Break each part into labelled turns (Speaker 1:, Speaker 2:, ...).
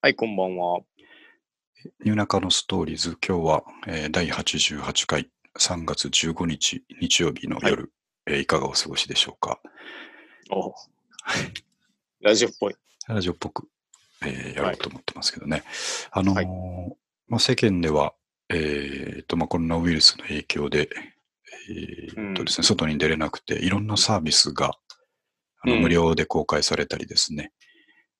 Speaker 1: はい、こんばんは。
Speaker 2: 夜中のストーリーズ、今日は、えー第88回3月15日日曜日の夜、いえーいかがお過ごしでしょうか。
Speaker 1: おラジオっぽい。
Speaker 2: ラジオっぽく、えーやろうと思ってますけどね。あのー
Speaker 1: はい
Speaker 2: まあ、世間では、えーとまあ、コロナウイルスの影響で,、えーとですね外に出れなくて、いろんなサービスがあの
Speaker 1: うん
Speaker 2: 無料で公開されたりですね、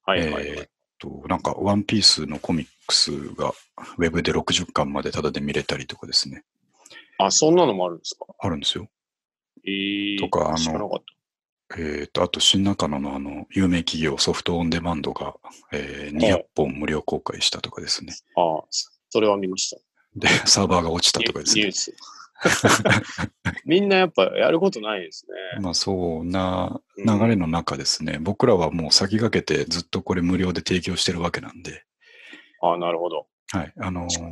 Speaker 1: はいはいはい。
Speaker 2: えーっと、なんか、ワンピースのコミックスが、ウェブで60巻までタダで見れたりとかですね、
Speaker 1: あ、そんなのもあるんですか
Speaker 2: あるんですよ。
Speaker 1: えー、
Speaker 2: とかあの
Speaker 1: 知らなかっ
Speaker 2: えーっと、あと、新中野のあの、有名企業、ソフトオンデマンドが、えー200本無料公開したとかですね。
Speaker 1: た。あそそれは見ました。
Speaker 2: で、サーバーが落ちた
Speaker 1: ニ
Speaker 2: と
Speaker 1: ュ
Speaker 2: かです
Speaker 1: ニュ
Speaker 2: ね。
Speaker 1: ース。 みんなやっぱやることないですね。
Speaker 2: まあ、そんな
Speaker 1: う
Speaker 2: 流
Speaker 1: ん
Speaker 2: れの中ですね、僕らはもう先駆けてずっとこれ無料で提供してるわけなんで、
Speaker 1: あなるほど。
Speaker 2: はい。あのー
Speaker 1: 確か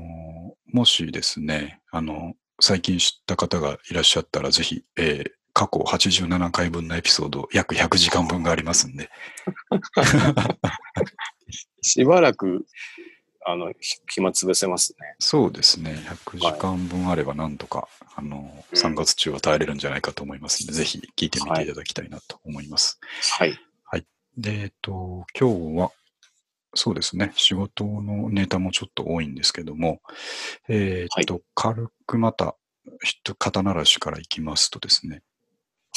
Speaker 2: もしですね、あの、最近知った方がいらっしゃったら、ぜひ、えー過去87回分のエピソード、約100時間分がありますんで、
Speaker 1: しばらく、あの、ひ暇潰せますね。
Speaker 2: そうですね、100時間分あればなんとか、あのー、
Speaker 1: うん
Speaker 2: 3月中は耐えれるんじゃないかと思いますので、ぜひ聞いてみていただきたいなと思います。
Speaker 1: はい。
Speaker 2: で、えっと、今日は、そうですね、仕事のネタもちょっと多いんですけども、えーっと、軽くまた、ひと肩慣らしからいきますとですね、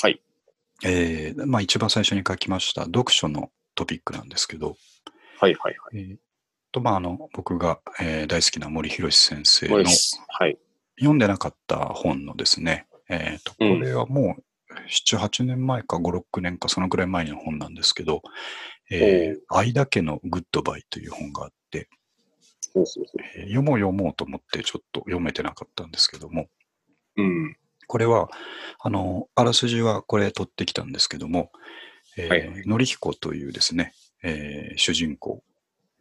Speaker 1: はい。
Speaker 2: えーまあ、一番最初に書きました読書のトピックなんですけど、
Speaker 1: はいはいは
Speaker 2: えーとまあ、あの僕が、えー大好きな森博先生
Speaker 1: い。
Speaker 2: の
Speaker 1: 森氏はい。
Speaker 2: 読んでなかった本のですね、えーとこ
Speaker 1: うん
Speaker 2: れはもう7、8年前か5、6年かそのくらい前の本なんですけど、えー相田家のグッドバイという本があって、
Speaker 1: ほうほうほ
Speaker 2: えー読もう読もうと思ってちょっと読めてなかったんですけども、
Speaker 1: う。うん。
Speaker 2: これは、あの、あらすじはこれ取ってきたんですけども、えー
Speaker 1: はいは
Speaker 2: 典彦というですね、えー主人公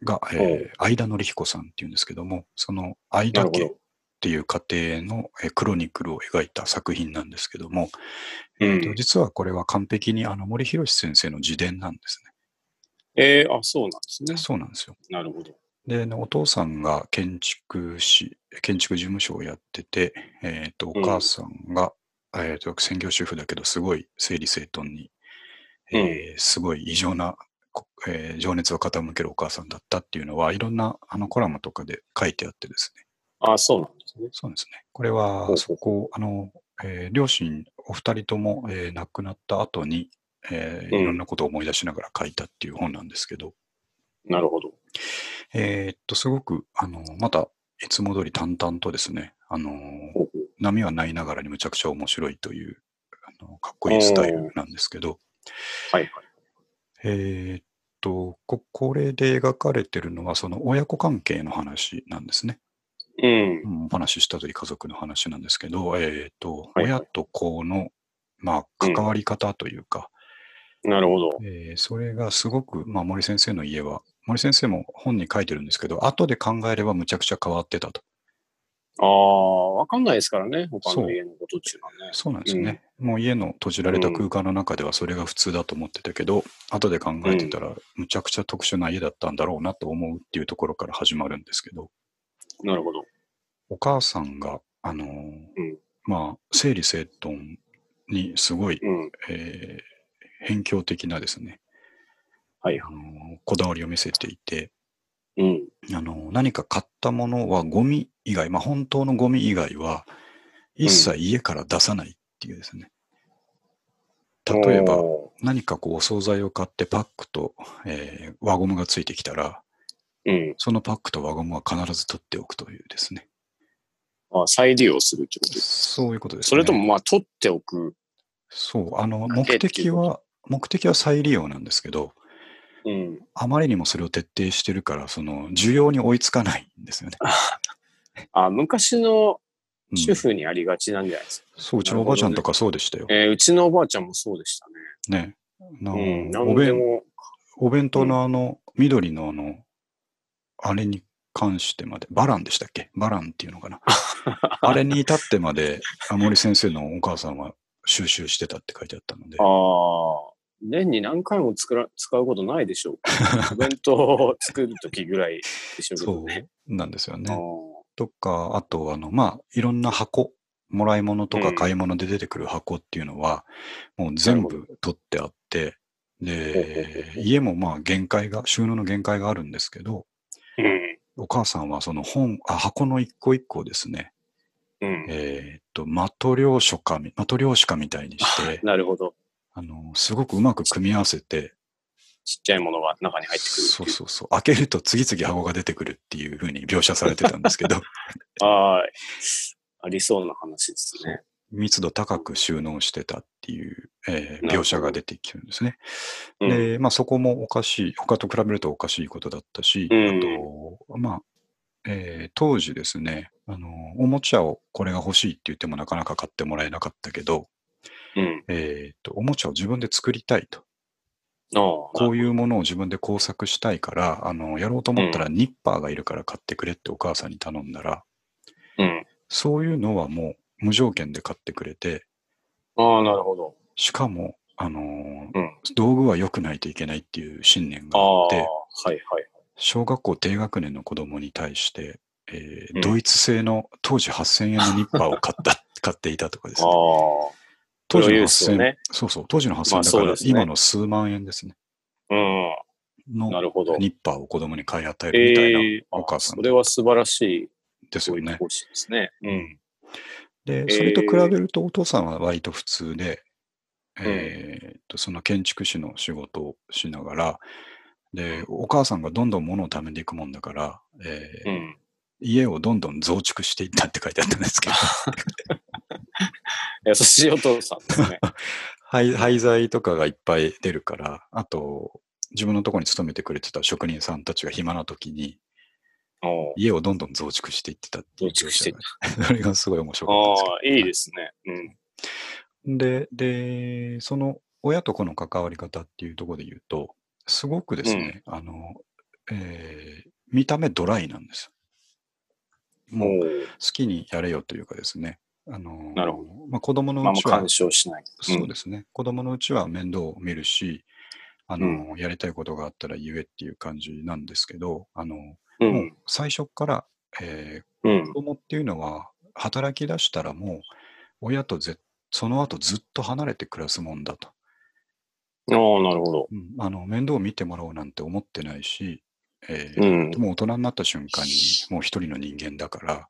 Speaker 2: が、え
Speaker 1: お
Speaker 2: ー、相田典彦さんっていうんですけども、その相
Speaker 1: な
Speaker 2: 田
Speaker 1: るほ
Speaker 2: 家っ
Speaker 1: ど。
Speaker 2: ていう家庭の、えークロニクルを描いた作品なんですけども、
Speaker 1: う
Speaker 2: えーと
Speaker 1: ん。
Speaker 2: 実はこれは完璧にあの森博先生の自伝なんです
Speaker 1: えー、あ、そうなんですね
Speaker 2: ね。。そうなんですよ。
Speaker 1: なるほど。
Speaker 2: で、あのお父さんが建築士、建築事務所をやってて、えっ、と、
Speaker 1: うん
Speaker 2: お母さんが、えっ、と、専業主婦だけど、すごい整理整頓に、えーすごい異常な、こえー情熱を傾けるお母さんだったっていうのは、いろんなあのコラムとかで書いてあってですね。
Speaker 1: あ、そうなんですね。
Speaker 2: そうですね。これ
Speaker 1: ほう
Speaker 2: は、そこ、あの、えー両親、お二人とも、えー亡くなった後に、えー
Speaker 1: うん
Speaker 2: いろんなことを思い出しながら書いたっていう本なんですけど、
Speaker 1: なるほど。
Speaker 2: えーっと、すごく、あの、また、いつも通り淡々とですね、あの、
Speaker 1: ほうほう
Speaker 2: 波はないながらにむちゃくちゃ面白いという、あのかっこいいスタイルなんですけど、
Speaker 1: はいはい。
Speaker 2: えーっと、こ、これで描かれてるのは、その親子関係の話なんですね。
Speaker 1: うん
Speaker 2: う。んお話ししたとり家族の話なんですけど、えーっと、
Speaker 1: はいはい
Speaker 2: 親と子の、まあ、
Speaker 1: うん
Speaker 2: 関わり方というか、
Speaker 1: なるほど。
Speaker 2: えーそれがすごく、まあ、森先生の家は、森先生も本に書いてるんですけど、後で考えればむちゃくちゃ変わってたと。
Speaker 1: ああ、わかんないですからね、他
Speaker 2: そ
Speaker 1: の
Speaker 2: う
Speaker 1: 家のことっていうのはね。
Speaker 2: そうなんですよね。もう家の閉じられた空間の中ではそれが普通だと思ってたけど、後で考えてたら、むちゃくちゃ特殊な家だったんだろうなと思うっていうところから始まるんですけど、
Speaker 1: なるほど。
Speaker 2: お母さんが、あのー
Speaker 1: うん
Speaker 2: まあ、整理整頓にすごい、
Speaker 1: うん。
Speaker 2: えー偏境的なですね、
Speaker 1: はい
Speaker 2: あ。のーこだわりを見せていて、
Speaker 1: うん。
Speaker 2: あのー何か買ったものはゴミ以外、まあ、本当のゴミ以外は、一切家から出さないっていうですね。例えば、
Speaker 1: お
Speaker 2: 何かこうお惣菜を買ってパックと、えー輪ゴムがついてきたら、
Speaker 1: ー、うん。
Speaker 2: そのパックと輪ゴムは必ず取っておくというですね。
Speaker 1: あ再利用するってことです。
Speaker 2: そういうことですね。
Speaker 1: それとも、まあ、取っておく。
Speaker 2: そう、あの、
Speaker 1: だ
Speaker 2: 目
Speaker 1: けってい
Speaker 2: 的
Speaker 1: うこと
Speaker 2: は、目的は再利用なんですけど、
Speaker 1: うん。
Speaker 2: あまりにもそれを徹底してるから、その、需要に追いつかないんですよね。
Speaker 1: あ昔
Speaker 2: う
Speaker 1: の
Speaker 2: ん
Speaker 1: 主婦にありがちなんじゃないですか。
Speaker 2: そう、うちのおばあちゃんとかそうでしたよ。
Speaker 1: えーうちのおばあちゃんもそうでしたね。
Speaker 2: ね。な
Speaker 1: うん。な
Speaker 2: お
Speaker 1: んで
Speaker 2: 弁
Speaker 1: も、
Speaker 2: お弁当のあの、緑のあの、あれに関してまで、バランでしたっけバランっていうのか な。あれに至ってまで、あ森先生のお母さんは収集してたって書いてあったので、
Speaker 1: ああ、年に何回も作ら使うことないでしょう か。お弁当を作るときぐらいでしょうけど
Speaker 2: そう
Speaker 1: ね。
Speaker 2: なんですよ
Speaker 1: あ
Speaker 2: ね。
Speaker 1: ー
Speaker 2: とか、あと、あの、まあ、いろんな箱、もらい物と
Speaker 1: う
Speaker 2: か
Speaker 1: ん
Speaker 2: 買い物で出てくる箱っていうのは、もう全
Speaker 1: な
Speaker 2: 部取ってあって、
Speaker 1: ほう
Speaker 2: で
Speaker 1: ほう、ほう
Speaker 2: 家もまあ限界が、収納の限界があるんですけど、
Speaker 1: うん。
Speaker 2: お母さんはその本、あ箱の一個一個をですね、
Speaker 1: うん。
Speaker 2: えーっと、マトリョーショカみ、マトリョーシカみたいにして、
Speaker 1: なるほど。
Speaker 2: あの、すごくうまく組み合わせて、
Speaker 1: ちっちゃいものが中に入ってくるってい
Speaker 2: そうそうそう、開けると次々箱が出てくるっていうふうに描写されてたんですけ ど、
Speaker 1: う。はーい。ありそうな話ですね。
Speaker 2: 密度高く収納してたっていう、えー
Speaker 1: なるほど
Speaker 2: 描写が出てきてるんですね。
Speaker 1: うん
Speaker 2: で、まあそこもおかしい、他と比べるとおかしいことだったし、
Speaker 1: うん
Speaker 2: あと、まあ、えー当時ですねあの、おもちゃをこれが欲しいって言ってもなかなか買ってもらえなかったけど、
Speaker 1: うん。
Speaker 2: えーとおもちゃを自分で作りたいと。
Speaker 1: ああ。
Speaker 2: こういうものを自分で工作したいから、あの、やろうと思ったらニッパーがいるから買ってくれってお母さんに頼んだら、
Speaker 1: うん。
Speaker 2: そういうのはもう無条件で買ってくれて、
Speaker 1: ああ、なるほど。
Speaker 2: しかも、あのー
Speaker 1: うん
Speaker 2: 道具は良くないといけないっていう信念
Speaker 1: あ
Speaker 2: があ
Speaker 1: あ。
Speaker 2: っ
Speaker 1: はい
Speaker 2: て、
Speaker 1: はい。
Speaker 2: 小学校低学年の子供に対して、えー
Speaker 1: うん
Speaker 2: ドイツ製の当時8000円のニッパーを買 った、買っていたとかです
Speaker 1: ああ
Speaker 2: ね。。当時
Speaker 1: プ
Speaker 2: の
Speaker 1: ロユース
Speaker 2: 8000
Speaker 1: を
Speaker 2: 円、
Speaker 1: ね
Speaker 2: そうそう、当時の8000
Speaker 1: ま
Speaker 2: 円
Speaker 1: あ
Speaker 2: だか
Speaker 1: そう
Speaker 2: ら、
Speaker 1: ですね
Speaker 2: 今の数万円ですね。
Speaker 1: う
Speaker 2: の
Speaker 1: ん。なるほど。
Speaker 2: ニッパーを子供に買い与えるみたいな、
Speaker 1: ええ
Speaker 2: お母さん
Speaker 1: それは素晴らしい
Speaker 2: ですよ
Speaker 1: 教
Speaker 2: ね。
Speaker 1: 育方針ですね。うん。
Speaker 2: で
Speaker 1: ー、
Speaker 2: それと比べるとお父さんは割と普通で、えーっとその建築士の仕事をしながら、で、お母さんがどんどん物を貯めていくもんだから、えー
Speaker 1: うん。
Speaker 2: 家をどんどん増築していったって書いてあったんですけ ど、
Speaker 1: 優しいお父さんです ね。
Speaker 2: 廃廃材とかがいっぱい出るから、あと、自分のところに勤めてくれてた職人さんたちが暇な時に、
Speaker 1: おう
Speaker 2: 家をどんどん増築していってたっていう
Speaker 1: 増築していっ
Speaker 2: 描写が それがすごい面白かったんですけど
Speaker 1: ああ、いいですね。うん。
Speaker 2: で、で、その親と子の関わり方っていうところで言うと、すごくですね、あの、えー見た目ドライなんです。もう好
Speaker 1: もう、
Speaker 2: きにやれよというかですね、あの、
Speaker 1: なるほ
Speaker 2: まあ、子供
Speaker 1: ま
Speaker 2: の
Speaker 1: あ
Speaker 2: う
Speaker 1: ま
Speaker 2: ち
Speaker 1: あ
Speaker 2: は、
Speaker 1: 干渉しない。
Speaker 2: そうですね、子供のうちは面倒を見るし、あの、やりたいことがあったら言えっていう感じなんですけど、あの、
Speaker 1: う。
Speaker 2: もうん最初っから、えー
Speaker 1: うん
Speaker 2: 子。供っていうのは働き出したらもう親とぜその後ずっと離れて暮らすもんだと、
Speaker 1: ああ、なるほど。
Speaker 2: うんあの面倒を見てもらおうなんて思ってないし、えー
Speaker 1: うん。
Speaker 2: もう大人になった瞬間にもう一人の人間だから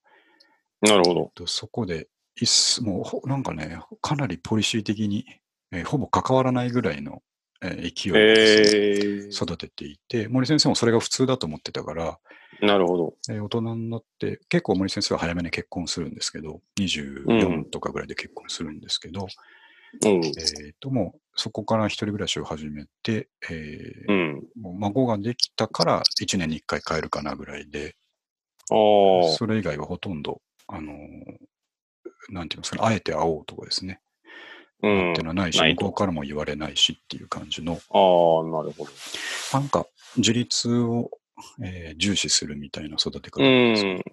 Speaker 1: なるほど。
Speaker 2: とそこでいっすもうほなんかねかなりポリシー的に、えーほぼ関わらないぐらいの、えー勢いでですね、
Speaker 1: ええ
Speaker 2: 育てていて森先生もそれが普通だと思ってたから、
Speaker 1: なるほど。
Speaker 2: えー大人になって、結構森先生は早めに結婚するんですけど、
Speaker 1: う
Speaker 2: 24
Speaker 1: ん
Speaker 2: とかぐらいで結婚するんですけど、
Speaker 1: うん。
Speaker 2: えーともうそこから一人暮らしを始めて、えー
Speaker 1: うん。
Speaker 2: もう孫ができたから1年に1回帰るかなぐらいで、
Speaker 1: ああ。
Speaker 2: それ以外はほとんど、あのーなんていうんですかね、あえて会おうとかですね、
Speaker 1: う
Speaker 2: っ
Speaker 1: ん。
Speaker 2: ていうのはないし、
Speaker 1: ない
Speaker 2: 向
Speaker 1: と
Speaker 2: こうからも言われないしっていう感じの、
Speaker 1: ああ、なるほど。
Speaker 2: なんか自立を、えー重視するみたいな育て方
Speaker 1: う
Speaker 2: なんですよ
Speaker 1: ん。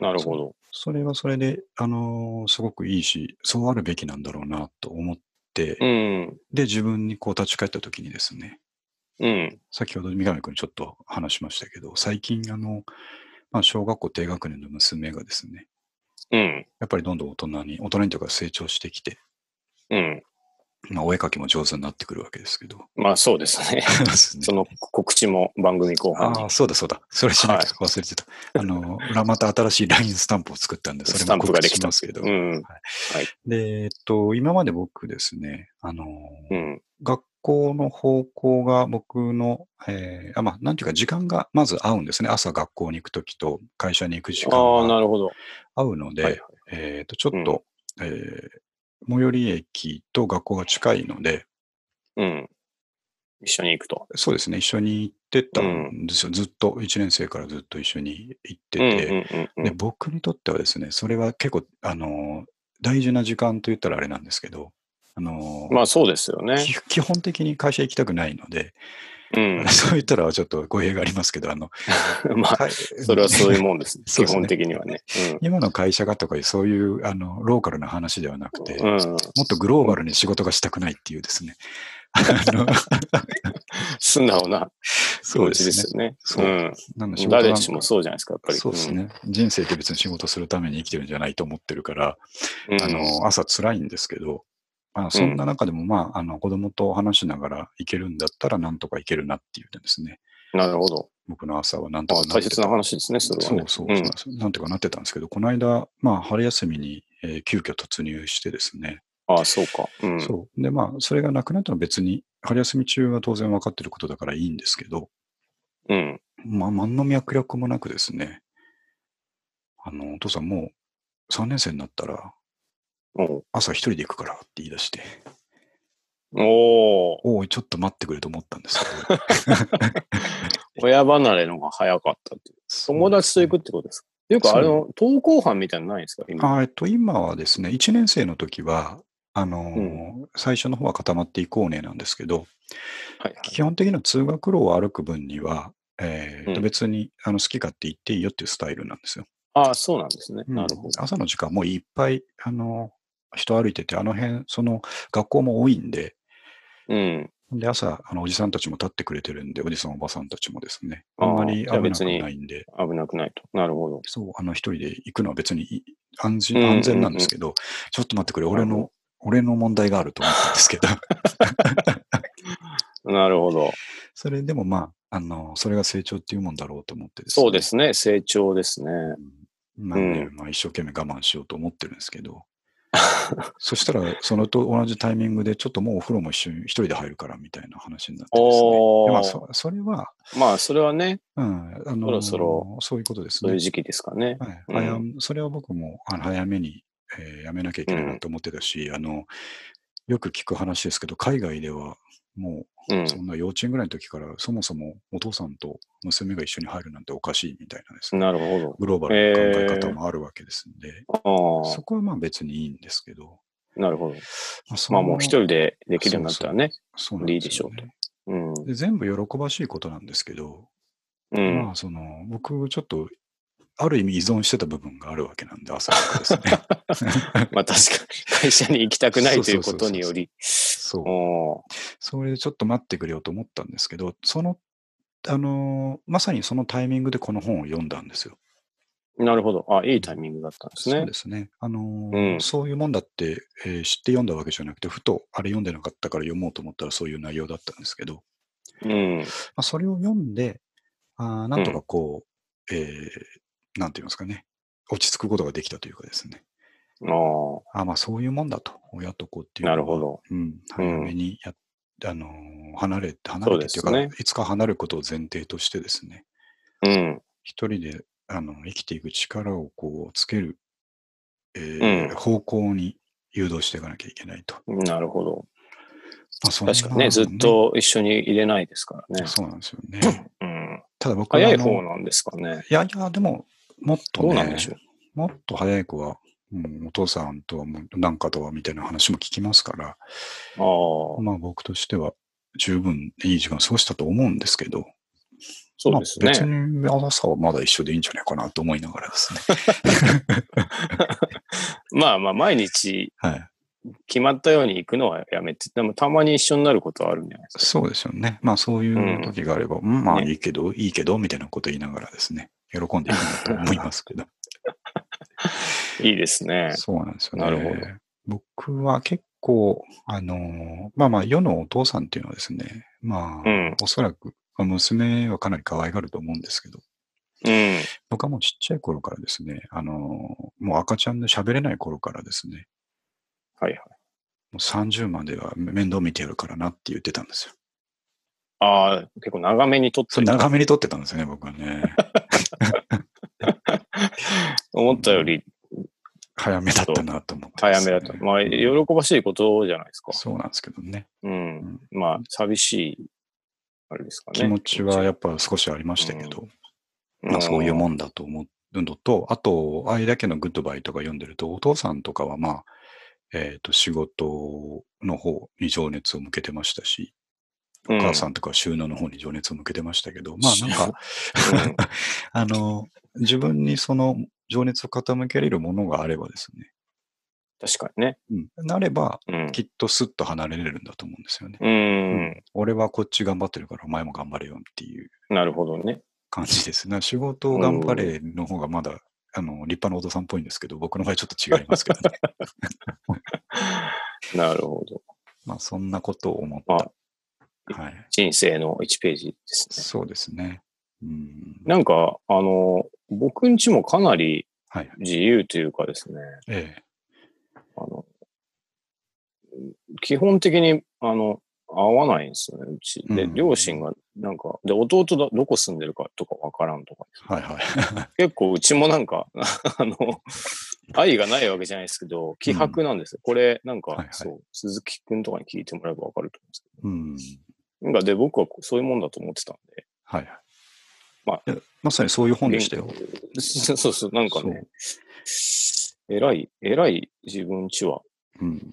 Speaker 1: なるほど。
Speaker 2: それはそれで、あのーすごくいいし、そうあるべきなんだろうなと思って、
Speaker 1: うん。
Speaker 2: で、自分にこう立ち返った時にですね、
Speaker 1: うん。
Speaker 2: 先ほど三上君にちょっと話しましたけど、最近、あの、まあ、小学校低学年の娘がですね、
Speaker 1: うん。
Speaker 2: やっぱりどんどん大人に、大人にというか成長してきて、
Speaker 1: うん。
Speaker 2: まあ、お絵描きも上手になってくるわけですけど、
Speaker 1: まあそうですね。
Speaker 2: ですね
Speaker 1: その告知も番組後半
Speaker 2: あ
Speaker 1: に
Speaker 2: あ、そうだそうだ。それしなくて忘れてた。あの、らまた新しい LINE スタンプを作ったんで、そ
Speaker 1: ス
Speaker 2: れ
Speaker 1: タ
Speaker 2: も
Speaker 1: ンプが
Speaker 2: 告
Speaker 1: で
Speaker 2: 知
Speaker 1: き
Speaker 2: したま
Speaker 1: ん
Speaker 2: す
Speaker 1: で
Speaker 2: け
Speaker 1: すけ
Speaker 2: ど
Speaker 1: ど。。うん。
Speaker 2: で、えっと、今まで僕ですね、あの、
Speaker 1: うん。
Speaker 2: 学校の方向が僕の、えーあ、まあ、なんていうか、時間がまず合うんですね。朝学校に行くときと会社に行く時間
Speaker 1: ああ、な
Speaker 2: が
Speaker 1: るほど。
Speaker 2: 合うので、
Speaker 1: はいはい
Speaker 2: えっ、と、ちょっと、えー最寄り駅と学校が近いので、
Speaker 1: うん。一緒に行くと。
Speaker 2: そうですね、一緒に行ってたんですよ。ずっと、1年生からずっと一緒に行って
Speaker 1: うんう
Speaker 2: て、
Speaker 1: んうんう
Speaker 2: で
Speaker 1: ん。
Speaker 2: 僕にとってはですね、それは結構、あのー大事な時間と言ったらあれなんですけど、あのー
Speaker 1: まあそうですよね。
Speaker 2: き基本的に会社行きたくないので、
Speaker 1: うん。
Speaker 2: そう言ったらちょっと語弊がありますけど、あの、
Speaker 1: まあ、
Speaker 2: はい
Speaker 1: それはそういうもんです。
Speaker 2: そうで
Speaker 1: 基
Speaker 2: すね
Speaker 1: 本的にはね。
Speaker 2: 今の会社がとかいうそういうあのローカルな話ではなくて、
Speaker 1: うん。
Speaker 2: もっとグローバルに仕事がしたくないっていうですね、 あ の
Speaker 1: 素直な気
Speaker 2: そう
Speaker 1: 持
Speaker 2: で
Speaker 1: ちですす
Speaker 2: ね。
Speaker 1: よね。
Speaker 2: そう
Speaker 1: うん
Speaker 2: なんで仕事なん
Speaker 1: 誰
Speaker 2: か
Speaker 1: しもそうじゃないですか、やっぱり。
Speaker 2: そうですね、人生って別に仕事するために生きてるんじゃないと思ってるから、
Speaker 1: うん。
Speaker 2: あの朝辛いんですけど、まあ、そんな中でも、まあ、あの子供と話しながら行けるんだったらなんとか行けるなっていうですね、
Speaker 1: うんなるほど。
Speaker 2: 僕の朝はなんと
Speaker 1: あ
Speaker 2: かな
Speaker 1: 大
Speaker 2: って
Speaker 1: 切な話ですね、それは
Speaker 2: そうそうそう
Speaker 1: ね。うん
Speaker 2: なんですよなんとかなってたんですけど、この間、まあ、春休みに、えー急遽突入してですね、
Speaker 1: ああ、そうか。うん。
Speaker 2: そうで、まあ、それがなくなったのは別に、春休み中は当然分かってることだからいいんですけど、
Speaker 1: うん。
Speaker 2: まあ、何の脈絡もなくですね、あの、お父さんもう3年生になったら
Speaker 1: おう
Speaker 2: 朝一人で行くからって言い出して、
Speaker 1: おー
Speaker 2: おい、ちょっと待ってくれと思ったん ですけど。
Speaker 1: 親離れのが早かったっていう。友達と行くってことですかっていうか、
Speaker 2: そう
Speaker 1: あれの、登校班みたいなのないんですか今。
Speaker 2: あえっと、今はですね、1年生の時は、あのー
Speaker 1: う
Speaker 2: 最初の方は固まっていこうねなんですけど、
Speaker 1: はい。
Speaker 2: 基本的な通学路を歩く分には、えーと
Speaker 1: うん
Speaker 2: 別にあの好き勝手行っていいよっていうスタイルなんですよ。
Speaker 1: ああ、そうなんですね。
Speaker 2: うん
Speaker 1: なるほど。
Speaker 2: 朝の時間もういっぱい、あのー人歩いてて、あの辺、その学校も多いんで、
Speaker 1: うん。
Speaker 2: で朝あの、おじさんたちも立ってくれてるんで、おじさん、おばさんたちもですね、
Speaker 1: あー
Speaker 2: あんまり
Speaker 1: じゃあ
Speaker 2: 危な
Speaker 1: 別
Speaker 2: く
Speaker 1: に
Speaker 2: ないんで、
Speaker 1: 危なくないと。なるほど。
Speaker 2: そう、あの、一人で行くのは別にい安
Speaker 1: うん
Speaker 2: 心、
Speaker 1: うんうん
Speaker 2: 安全なんですけど、ちょっと待ってくれ、俺
Speaker 1: なる
Speaker 2: の、俺の問題があると思ったんですけど、
Speaker 1: なるほど。
Speaker 2: それでもまあ、あの、それが成長っていうもんだろうと思ってですね
Speaker 1: そうで。すね。成長ですね。
Speaker 2: うんなんで、
Speaker 1: う
Speaker 2: まあ、一生懸命我慢しようと思ってるんですけど、そしたら、そのと同じタイミングで、ちょっともうお風呂も一緒に一人で入るからみたいな話になってですね。
Speaker 1: お
Speaker 2: でまあ、
Speaker 1: ー
Speaker 2: そそれは、
Speaker 1: まあ、それはね、
Speaker 2: うん、あの
Speaker 1: そろそろ
Speaker 2: そういうことです
Speaker 1: そうい
Speaker 2: ね
Speaker 1: う。時期ですかね。
Speaker 2: はい、
Speaker 1: うん
Speaker 2: 早めそれは僕もあの早めに、えーやめなきゃいけないなと思ってたし、あのよく聞く話ですけど、海外ではも
Speaker 1: う
Speaker 2: うそ
Speaker 1: ん。
Speaker 2: んな幼稚園ぐらいの時から、そもそもお父さんと娘が一緒に入るなんておかしいみたいなですね、
Speaker 1: なるほ
Speaker 2: グローバルな考え方もあるわけですんで、
Speaker 1: ど。あ
Speaker 2: そこはまあ別にいいんですけど、
Speaker 1: あ、なるほど。
Speaker 2: まあ、そ
Speaker 1: ま
Speaker 2: の
Speaker 1: あもう一人でできるようになったらね。
Speaker 2: そう
Speaker 1: でいいでしょう
Speaker 2: と。
Speaker 1: うん。
Speaker 2: で全部喜ばしいことなんですけど、
Speaker 1: うん
Speaker 2: ま。あその僕ちょっとある意味依存してた部分があるわけなんで、朝から ですね。
Speaker 1: まあ確かに会社に行きたくないという
Speaker 2: そう
Speaker 1: こ
Speaker 2: そうそうそう
Speaker 1: とにより。
Speaker 2: そう
Speaker 1: おー
Speaker 2: それでちょっと待ってくれよと思ったんですけど、その、あのーまさにそのタイミングでこの本を読んだんですよ。
Speaker 1: なるほど。あ、いいタイミングだったんです
Speaker 2: そう
Speaker 1: ね
Speaker 2: で。すね。あのー
Speaker 1: うん
Speaker 2: そういうもんだって、えー知って読んだわけじゃなくて、ふとあれ読んでなかったから読もうと思ったらそういう内容だったんですけど、
Speaker 1: うん。
Speaker 2: まあ、それを読んで、あーなんとかこう、えーなんて言いますかね、落ち着くことができたというかですね。
Speaker 1: あ
Speaker 2: あーまあそういうもんだと、親と子って
Speaker 1: あ、
Speaker 2: いうの
Speaker 1: な
Speaker 2: は
Speaker 1: るほど。
Speaker 2: うん、
Speaker 1: うん
Speaker 2: 早めにやっ、あのー離れて、離
Speaker 1: そ
Speaker 2: れ
Speaker 1: う
Speaker 2: て
Speaker 1: で
Speaker 2: ってい
Speaker 1: す
Speaker 2: うか、
Speaker 1: ね
Speaker 2: いつか離れることを前提としてですね、
Speaker 1: うん。
Speaker 2: 一人であの生きていく力をこうつける、えー
Speaker 1: うん
Speaker 2: 方向に誘導していかなきゃいけないと。
Speaker 1: なるほど。
Speaker 2: まあ、そんな
Speaker 1: 確かにね、ずっと一緒に入れないですからね。
Speaker 2: そうなんですよね。
Speaker 1: うん。
Speaker 2: ただ僕は
Speaker 1: 早い
Speaker 2: あの
Speaker 1: 方なんですかね。
Speaker 2: いやいや、でも、もっと
Speaker 1: どうなん
Speaker 2: ね
Speaker 1: でしょ、
Speaker 2: もっと早い子は、うんお父さんとはもうなんかとはみたいな話も聞きますから、
Speaker 1: う。ああ、
Speaker 2: まあ僕としては十分いい時間を過ごしたと思うんですけど、
Speaker 1: そうです
Speaker 2: まあ、別
Speaker 1: ね。
Speaker 2: に朝はまだ一緒でいいんじゃないかなと思いながらですね。
Speaker 1: まあまあ、毎日
Speaker 2: はい。
Speaker 1: 決まったように行くのはやめて、でもたまに一緒になることはあるんじゃないですか。
Speaker 2: そうですよね。まあそういう時があれば、うんまあいいけど、いいけど、みたいなこと言いながらですね、喜んでいくんだと思いますけ ど。
Speaker 1: いいですね。
Speaker 2: そうなんですよね。
Speaker 1: なるほど
Speaker 2: 僕は結構、あのー、まあまあ世のお父さんっていうのはですね、まあ、
Speaker 1: うん
Speaker 2: おそらく、まあ娘はかなり可愛がると思うんですけど、
Speaker 1: うん。
Speaker 2: 僕はもうちっちゃい頃からですね、あのー、もう赤ちゃんで喋れない頃からですね、
Speaker 1: はいはい。
Speaker 2: もう30までは面倒見てやるからなって言ってたんですよ。
Speaker 1: ああ、結構長めに撮っ
Speaker 2: そ
Speaker 1: て
Speaker 2: れ
Speaker 1: る
Speaker 2: 長めに撮ってたんですよね、僕は ね。
Speaker 1: 思ったより
Speaker 2: 早めだったなと思ってま
Speaker 1: 早
Speaker 2: す
Speaker 1: め
Speaker 2: ね、
Speaker 1: だと。まあ、
Speaker 2: うん
Speaker 1: 喜ばしいことじゃないですか。
Speaker 2: そうなんですけどね。
Speaker 1: うん。
Speaker 2: ん
Speaker 1: まあ、寂しい、あれですかね。
Speaker 2: 気持ちはやっぱ少しありましたけど、まあそういうも
Speaker 1: ん。
Speaker 2: んだと思うのと、あと、あれだけのグッドバイとか読んでると、お父さんとかはまあ、えっ、と、仕事の方に情熱を向けてましたし、
Speaker 1: う
Speaker 2: お
Speaker 1: ん
Speaker 2: 母さんとかは収納の方に情熱を向けてましたけど、まあなん か、
Speaker 1: うん
Speaker 2: あの、自分にその情熱を傾けれるものがあればですね、
Speaker 1: 確かにね。
Speaker 2: うん、なれば、
Speaker 1: うん。
Speaker 2: きっとスッと離れれるんだと思うんですよね。
Speaker 1: う
Speaker 2: うん
Speaker 1: ん。
Speaker 2: 俺はこっち頑張ってるから、お前も頑張れよっていう
Speaker 1: なるほどね。
Speaker 2: 感じです。 な仕事を頑張れの方がまだ、あの、立派なお父さんっぽいんですけど、僕の場合ちょっと違いますけど ね。
Speaker 1: なるほど。
Speaker 2: まあ、そんなことを思った。はい。
Speaker 1: 人生の1ページですね。
Speaker 2: そうですね。うん。
Speaker 1: なんか、あの、僕んちもかなり
Speaker 2: はい。
Speaker 1: 自由というかですね、
Speaker 2: え
Speaker 1: あの、基本的に、あの、合わないんですよね、うち。で、
Speaker 2: うん
Speaker 1: 両親が、なんか、で、弟どどこ住んでるかとかわからんとか。
Speaker 2: え。はいは
Speaker 1: 結構、うちもなんか、 あの、愛がないわけじゃないですけど、気迫なんですよ。これ、なんか、
Speaker 2: はいはい
Speaker 1: そう、鈴木くんとかに聞いてもらえばわかると思うんですけ
Speaker 2: い。うん。
Speaker 1: ど。なんか、で、僕はこうそういうもんだと思ってたんで。
Speaker 2: はいはい。
Speaker 1: まあ
Speaker 2: いや、まさにそういう本でしたよ。
Speaker 1: そうそうそう、なんかね、偉い、偉い自分ちは
Speaker 2: そう。うん。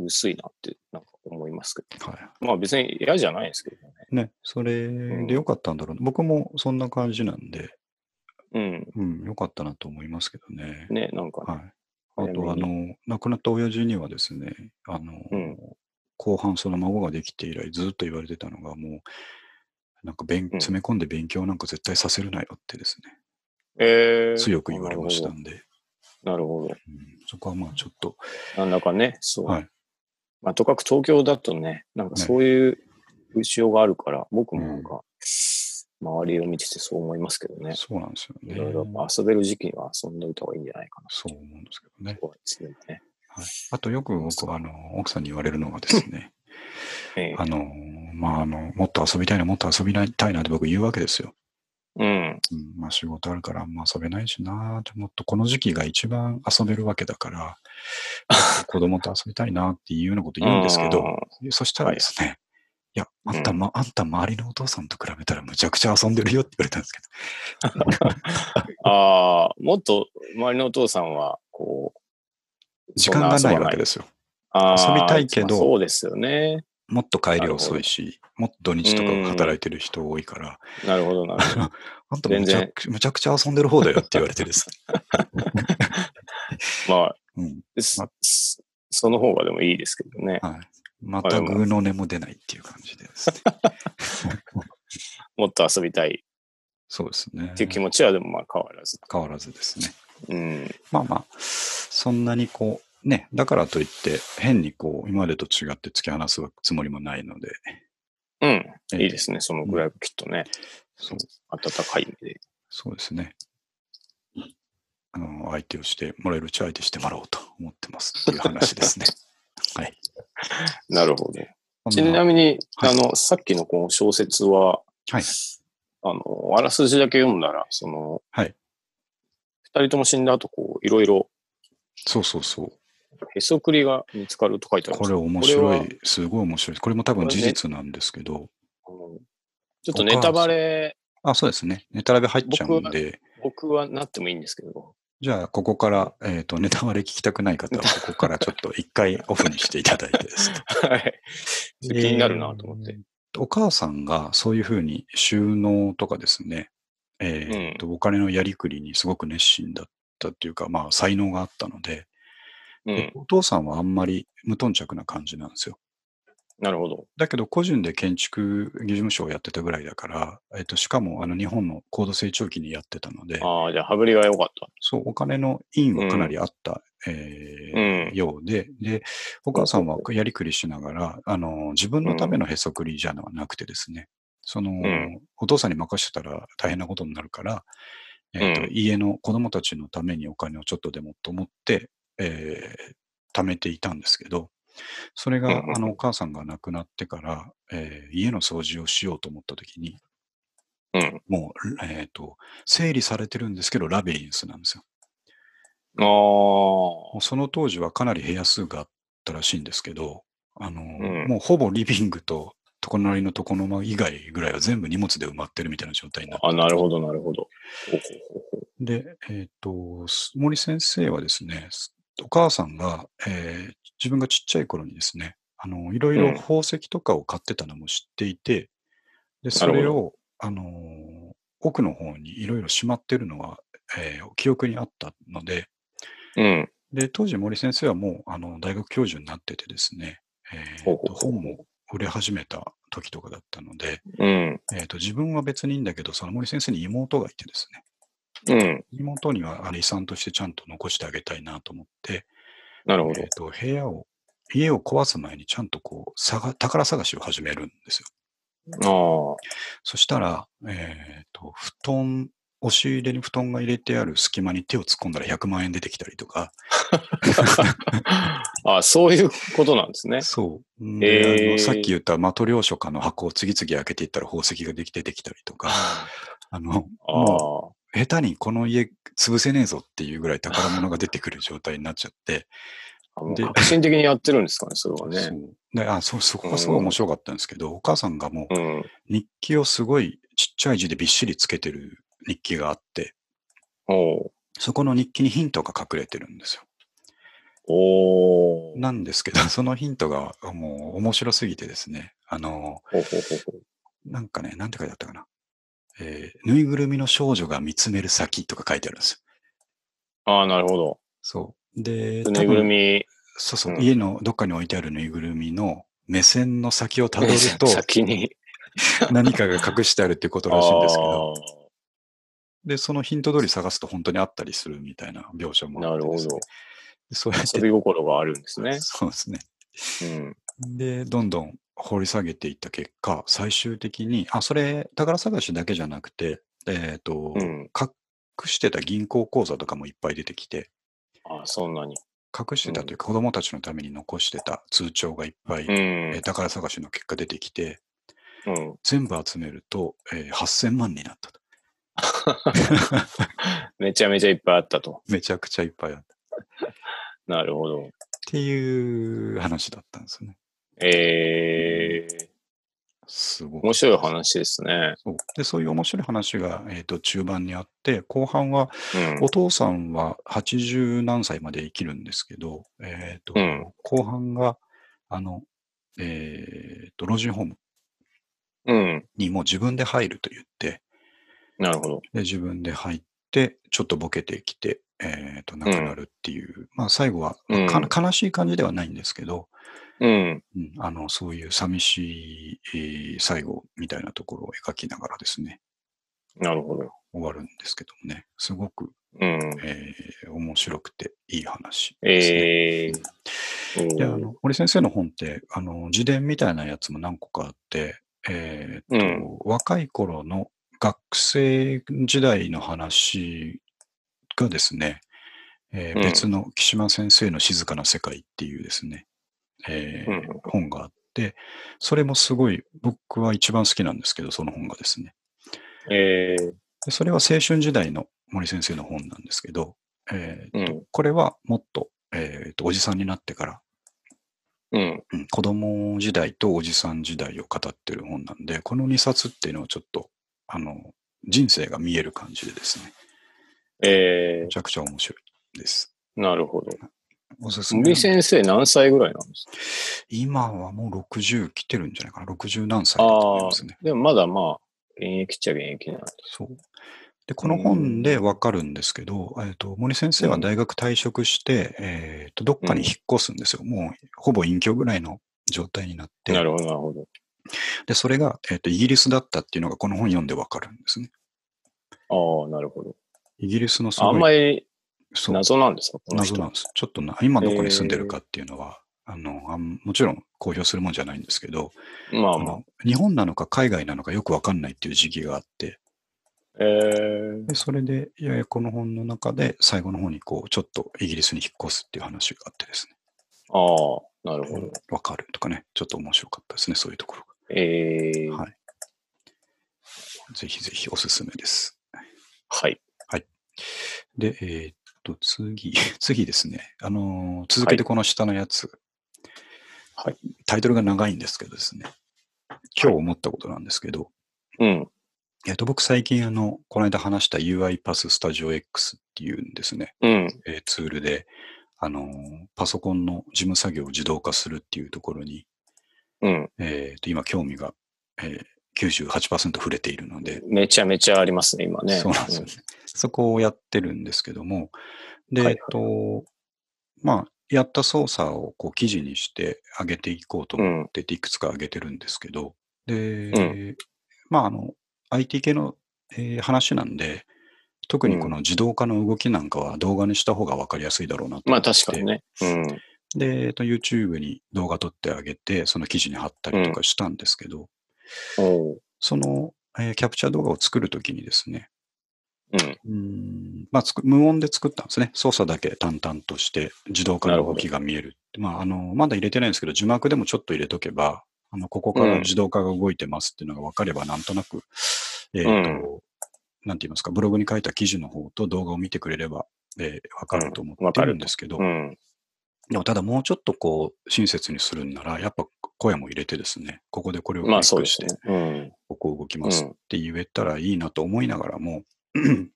Speaker 1: 薄いなって、なんか思いますけ
Speaker 2: は
Speaker 1: ど。まあ別に嫌じゃないですけどね。
Speaker 2: い。ね、それでよかったんだろう、僕もそんな感じなんで、
Speaker 1: うん。
Speaker 2: うん、よかったなと思いますけどね。
Speaker 1: ね、なんかね、
Speaker 2: はい。あ
Speaker 1: 早
Speaker 2: と、あ
Speaker 1: め
Speaker 2: の、亡くなった親父にはですね、あの、
Speaker 1: うん
Speaker 2: 後半、その孫ができて以来、ずっと言われてたのが、もう、なんか勉、
Speaker 1: うん
Speaker 2: 詰め込んで勉強なんか絶対させるなよってですね、
Speaker 1: えー
Speaker 2: 強く言われましたんで、
Speaker 1: なるほど。
Speaker 2: うん、そこはまあちょっと、
Speaker 1: なんだかね、そう。
Speaker 2: はい
Speaker 1: まあ、とかく東京だとね、なんかそういう風潮があるから、僕もなんか、周りを見ててそう思いますけどね。
Speaker 2: そうなんですよね。
Speaker 1: いろいろやっぱ遊べる時期には遊んでおいた方がいいんじゃないかな。
Speaker 2: そう思うんですけどね。
Speaker 1: そうですね。
Speaker 2: はい、あとよく僕、あの、奥さんに言われるのがですね、
Speaker 1: ええ
Speaker 2: あの、まあ、あの、もっと遊びたいな、もっと遊びたいなって僕言うわけですよ。
Speaker 1: うん。
Speaker 2: うん、まあ仕事あるからあんま遊べないしなでもっとこの時期が一番遊べるわけだから、もっと子供と遊びたいなっていうようなこと言うんですけど、そしたらですね、いや、あんた、ま、あんた周りのお父さんと比べたらむちゃくちゃ遊んでるよって言われたんですけ
Speaker 1: あーあー、もっと周りのお父さんは、こう、
Speaker 2: ど、時間が
Speaker 1: そん
Speaker 2: な
Speaker 1: 遊
Speaker 2: い
Speaker 1: ば
Speaker 2: わけですよ。
Speaker 1: あー
Speaker 2: 遊びたいけど
Speaker 1: まあそうですよね。
Speaker 2: もっと帰りは遅いし、もっと土日とか働いてる人多いから、
Speaker 1: なるほど、なるほど。
Speaker 2: あんたむちゃ
Speaker 1: 全
Speaker 2: くむちゃくちゃ遊んでる方だよって言われてですね。
Speaker 1: まあ、
Speaker 2: うん、
Speaker 1: す
Speaker 2: ます
Speaker 1: その方がでもいいですけどね。
Speaker 2: はい。またグーの音も出ないっていう感じでですね。
Speaker 1: もっと遊びたい
Speaker 2: そうですね
Speaker 1: っ。ていう気持ちはでもまあ変わらず。
Speaker 2: 変わらずですね。
Speaker 1: うん。
Speaker 2: まあまあ、そんなにこう、ね、だからといって、変にこう、今までと違って突き放すつもりもないので、。
Speaker 1: うん。いいですすね。そのぐらいがきっとね、
Speaker 2: そう
Speaker 1: 温かい目で。
Speaker 2: そうですね。あの、相手をしてもらえるうちは相手してもらおうと思ってますっていう話 ですね。はい。
Speaker 1: なるほど。
Speaker 2: そ
Speaker 1: ち
Speaker 2: んな
Speaker 1: なみに、
Speaker 2: はい
Speaker 1: あの、さっきのこの小説は、
Speaker 2: はい。
Speaker 1: あの、あらすじだけ読んだら、その、
Speaker 2: はい
Speaker 1: 二人とも死んだ後、こう、いろいろ、
Speaker 2: そうそうそう。
Speaker 1: へそくりが見つかると書いてあるんで
Speaker 2: こ
Speaker 1: す
Speaker 2: れ
Speaker 1: け
Speaker 2: 面白。
Speaker 1: どこれはい
Speaker 2: すごい面白い。これも多分事実なんですけど、
Speaker 1: あのちょっとネタバレ、
Speaker 2: あ、そうですね。ネタラベ入っちゃうんで、
Speaker 1: 僕はなってもいいんですけど、
Speaker 2: じゃあ、ここから、えっ、と、ネタバレ聞きたくない方は、ここからちょっと一回オフにしていただいてですね
Speaker 1: はい。 気になるなと思って。
Speaker 2: お母さんがそういうふうに収納とかですね、えーっとお金のやりくりにすごく熱心だったっていうか、まあ、才能があったので、
Speaker 1: う
Speaker 2: で
Speaker 1: ん。
Speaker 2: お父さんはあんまり無頓着な感じなんですよ。
Speaker 1: なるほど。
Speaker 2: だけど、個人で建築技事務所をやってたぐらいだから、えーっとしかもあの日本の高度成長期にやってたので、
Speaker 1: ああ、じゃあ、羽振りが良かっ
Speaker 2: そうお金の因はかなりあった、え
Speaker 1: た。う
Speaker 2: ー
Speaker 1: ん。
Speaker 2: ようで、で、お母さんはやりくりしながら、あの、自分のためのへそくりじゃなくてですね、その、
Speaker 1: ん
Speaker 2: お父さんに任せたら大変なことになるから、えっ、と、
Speaker 1: うん
Speaker 2: 家の子供たちのためにお金をちょっとでもと思って、えー貯めていたんですけど、それが
Speaker 1: う、ん
Speaker 2: あの、お母さんが亡くなってから、えー家の掃除をしようと思った時に、
Speaker 1: うん。
Speaker 2: もう、えっ、と、整理されてるんですけど、ラビリンスなんですよ。
Speaker 1: あ
Speaker 2: もうその当時はかなり部屋数があったらしいんですけど、あの、
Speaker 1: ん
Speaker 2: もうほぼリビングと隣の床の間以外ぐらいは全部荷物で埋まってるみたいな状態になっ
Speaker 1: あ。あ、なるほど、なるほど。ほうほうほうほう
Speaker 2: で、えっ、と、す森先生はですね、すお母さんが、えー自分がちっちゃい頃にですね、あの、いろいろ
Speaker 1: うん
Speaker 2: 宝石とかを買ってたのも知っていて、で、それを、あのー、奥の方にいろいろしまってるのは、えー記憶にあったので、
Speaker 1: うん。
Speaker 2: で、当時森先生はもうあの大学教授になっててですね、えー
Speaker 1: ほうほうほう
Speaker 2: 本も売れ始めた時とかだったので、
Speaker 1: うん。
Speaker 2: えーと、自分は別にいいんだけど、その森先生に妹がいてですね、
Speaker 1: うん。
Speaker 2: 妹にはあの遺産としてちゃんと残してあげたいなと思って、
Speaker 1: なる
Speaker 2: え
Speaker 1: ほ
Speaker 2: ー
Speaker 1: ど。
Speaker 2: と部屋を、家を壊す前にちゃんとこう探宝探しを始めるんですよ。
Speaker 1: ああ。
Speaker 2: そしたら、えーと、布団、押し入れに布団が入れてある隙間に手を突っ込んだら100万円出てきたりとか、
Speaker 1: ああ、そういうことなんですね。
Speaker 2: そう。であ
Speaker 1: えー
Speaker 2: のさっき言ったマトリョーショカの箱を次々開けていったら宝石ができて出てきたりと か、あの、
Speaker 1: あ
Speaker 2: も
Speaker 1: あ。
Speaker 2: う下手にこの家潰せねえぞっていうぐらい宝物が出てくる状態になっちゃって、
Speaker 1: あもう
Speaker 2: で
Speaker 1: 革新的にやってるんですかね、それは
Speaker 2: そ
Speaker 1: ね。
Speaker 2: うであそうそこがすごい面白かったんですけど、お母さんがもう
Speaker 1: うん。
Speaker 2: 日記をすごいちっちゃい字でびっしりつけてる日記があって、
Speaker 1: おう
Speaker 2: そこの日記にヒントが隠れてるんですよ。
Speaker 1: おー
Speaker 2: なんですけど、そのヒントがもう面白すぎてですね、あの、
Speaker 1: ほうほうほうほう
Speaker 2: なんかね、なんて書いてあったかな。えーぬいぐるみの少女が見つめる先とか書いてあるんですよ。
Speaker 1: ああ、なるほ
Speaker 2: そう。で、
Speaker 1: ど。ぬいぐるみ
Speaker 2: そうそう、
Speaker 1: うん
Speaker 2: 家のどっかに置いてあるぬいぐるみの目線の先をたどると
Speaker 1: 先に。
Speaker 2: 何かが隠してあるっていうことらしいんですけど、で、そのヒント通り探すと本当にあったりするみたいな描写もあってですね、
Speaker 1: なるほど
Speaker 2: ど。そうやっ
Speaker 1: あー
Speaker 2: て
Speaker 1: 遊び心があるんですね。
Speaker 2: そうですね。
Speaker 1: うん。
Speaker 2: で、どんどん掘り下げていった結果、最終的に、あ、それ、宝探しだけじゃなくて、えっ、と、
Speaker 1: うん。
Speaker 2: 隠してた銀行口座とかもいっぱい出てきて、
Speaker 1: ああ、そんなに。
Speaker 2: 隠してたというか、子供たちのために残してた通帳がいっぱい、
Speaker 1: う
Speaker 2: えー
Speaker 1: ん。
Speaker 2: 宝探しの結果出てきて、
Speaker 1: うん。
Speaker 2: 全部集めると、えー8000万になったと。
Speaker 1: めちゃめちゃいっぱいあったと。
Speaker 2: めちゃくちゃいっぱいあった。っ
Speaker 1: なるほど。
Speaker 2: ていう話だったんですよね。
Speaker 1: ええ
Speaker 2: すごい。
Speaker 1: 面白い話ですね。
Speaker 2: そうでそういう面白い話が、えー、と中盤にあって、後半は
Speaker 1: うん
Speaker 2: お。父さんは80何歳まで生きるんですけど、えーと
Speaker 1: うん
Speaker 2: 後半があの、えーと老人ホーム
Speaker 1: うん。
Speaker 2: にもう自分で入ると言って、
Speaker 1: なるほど。
Speaker 2: で自分で入って、ちょっとボケてきて、えーと亡くなるっていう、まあ、最後は、まあか
Speaker 1: うん
Speaker 2: 悲しい感じではないんですけど、
Speaker 1: うん。
Speaker 2: うんあのそういう寂しい、えー最後みたいなところを描きながらですね、
Speaker 1: なるほど。
Speaker 2: 終わるんですけどもね、すごく、
Speaker 1: うん。
Speaker 2: えー面白くていい話ですね。
Speaker 1: ええ
Speaker 2: であの森先生の本ってあの自伝みたいなやつも何個かあって、えーっと
Speaker 1: うん
Speaker 2: 若い頃の学生時代の話がですね、えー
Speaker 1: うん
Speaker 2: 別の木島先生の「静かな世界」っていうですね、えー
Speaker 1: うん
Speaker 2: 本があってそれもすごい僕は一番好きなんですけどその本がですね
Speaker 1: ええ
Speaker 2: でそれは青春時代の森先生の本なんですけど、えー
Speaker 1: うん。
Speaker 2: これはもっと,、えーっとおじさんになってから
Speaker 1: うん。
Speaker 2: うん子供時代とおじさん時代を語ってる本なんで、この2冊っていうのはちょっと、あの、人生が見える感じでですね、
Speaker 1: ええ
Speaker 2: めちゃくちゃ面白いです。
Speaker 1: なるほど。
Speaker 2: おすすめ
Speaker 1: 森先生何歳ぐらいなんですか
Speaker 2: 今はもう60来てるんじゃないかな、60何歳だと思い
Speaker 1: ああ
Speaker 2: ますね。、
Speaker 1: でもまだまあ、現役っちゃ現役なんで。
Speaker 2: そう。で、この本でわかるんですけど、えっと、森先生は大学退職して、えっと、どっかに引っ越すんですよ。もう、ほぼ隠居ぐらいの状態になって、
Speaker 1: なるほど、なるほど。
Speaker 2: で、それが、えっと、イギリスだったっていうのがこの本読んでわかるんですね。
Speaker 1: ああ、なるほど。
Speaker 2: イギリスのす
Speaker 1: あん
Speaker 2: ご
Speaker 1: ま
Speaker 2: い、
Speaker 1: り
Speaker 2: そう
Speaker 1: 謎なんですかこの
Speaker 2: 謎
Speaker 1: 人
Speaker 2: なんです。ちょっとな、今どこに住んでるかっていうのは、あのあんもちろん公表するもんじゃないんですけど、
Speaker 1: ま
Speaker 2: あ
Speaker 1: あまあ。
Speaker 2: の日本なのか海外なのかよくわかんないっていう時期があって、
Speaker 1: ええ
Speaker 2: でそれで、いやいやこの本の中で最後の方にこう、ちょっとイギリスに引っ越すっていう話があってですね、
Speaker 1: ああ、なるほど。
Speaker 2: わかるとかね、ちょっと面白かったですね、そういうところ
Speaker 1: ええ
Speaker 2: が。はい。ぜひぜひおすすめです。
Speaker 1: はい。
Speaker 2: で、えーっと、次、 次ですね。あのー続けてこの下のやつ、
Speaker 1: はい。
Speaker 2: タイトルが長いんですけどですね。今日思ったことなんですけど、
Speaker 1: うん。
Speaker 2: えっと、僕最近あの、この間話した UiPath Studio X っていうんですね、
Speaker 1: うん。
Speaker 2: えーツールで、あのーパソコンの事務作業を自動化するっていうところに、
Speaker 1: うん。
Speaker 2: えーっと、今興味が、えー、98%触れているので、
Speaker 1: めちゃめちゃありますね、今ね。
Speaker 2: そうなんですよね。そこをやってるんですけども、で、
Speaker 1: はいはい
Speaker 2: えっと、まあ、やった操作をこう記事にして上げていこうと
Speaker 1: う
Speaker 2: 思っ
Speaker 1: ん。
Speaker 2: てて、いくつか上げてるんですけど、
Speaker 1: う
Speaker 2: で
Speaker 1: ん、
Speaker 2: まあ、あの、IT 系の、えー話なんで、特
Speaker 1: う
Speaker 2: にこ
Speaker 1: ん。
Speaker 2: の自動化の動きなんかは動画にした方が分かりやすいだろうなと
Speaker 1: まあ
Speaker 2: 思っ
Speaker 1: 確かに
Speaker 2: て、
Speaker 1: ね。うん。
Speaker 2: で、えっと YouTube に動画撮ってあげて、その記事に貼った
Speaker 1: う
Speaker 2: りと
Speaker 1: ん。
Speaker 2: かしたんですけど、
Speaker 1: おう。
Speaker 2: その、えーキャプチャー動画を作るときにですね、
Speaker 1: うん。
Speaker 2: うーんまあ、つく無音で作ったんですね。操作だけ淡々として自動化
Speaker 1: な
Speaker 2: の
Speaker 1: るほ
Speaker 2: 動き
Speaker 1: ど。
Speaker 2: が見える。まあ、あのまだ入れてないんですけど、字幕でもちょっと入れとけば、あのここ
Speaker 1: う
Speaker 2: から自
Speaker 1: ん。
Speaker 2: 動化が動いてますっていうのが分かれば、なんとなく、
Speaker 1: う
Speaker 2: えっ、
Speaker 1: ん。
Speaker 2: と、なんて言いますか、ブログに書いた記事の方と動画を見てくれれば、えー分か
Speaker 1: う
Speaker 2: る
Speaker 1: ん。
Speaker 2: と思っ
Speaker 1: わ
Speaker 2: て
Speaker 1: か
Speaker 2: る
Speaker 1: る
Speaker 2: んで
Speaker 1: と。
Speaker 2: すけ
Speaker 1: う
Speaker 2: ど、
Speaker 1: ん。
Speaker 2: でもただもうちょっとこう、親切にするんなら、やっぱ声も入れてですね、ここでこれをク
Speaker 1: まあ
Speaker 2: リッ
Speaker 1: そう
Speaker 2: ク
Speaker 1: で
Speaker 2: し
Speaker 1: す
Speaker 2: て、
Speaker 1: ね。うん。
Speaker 2: ここ動きま
Speaker 1: う
Speaker 2: すっ
Speaker 1: ん。
Speaker 2: て言えたらいいなと思いながらも、
Speaker 1: うん。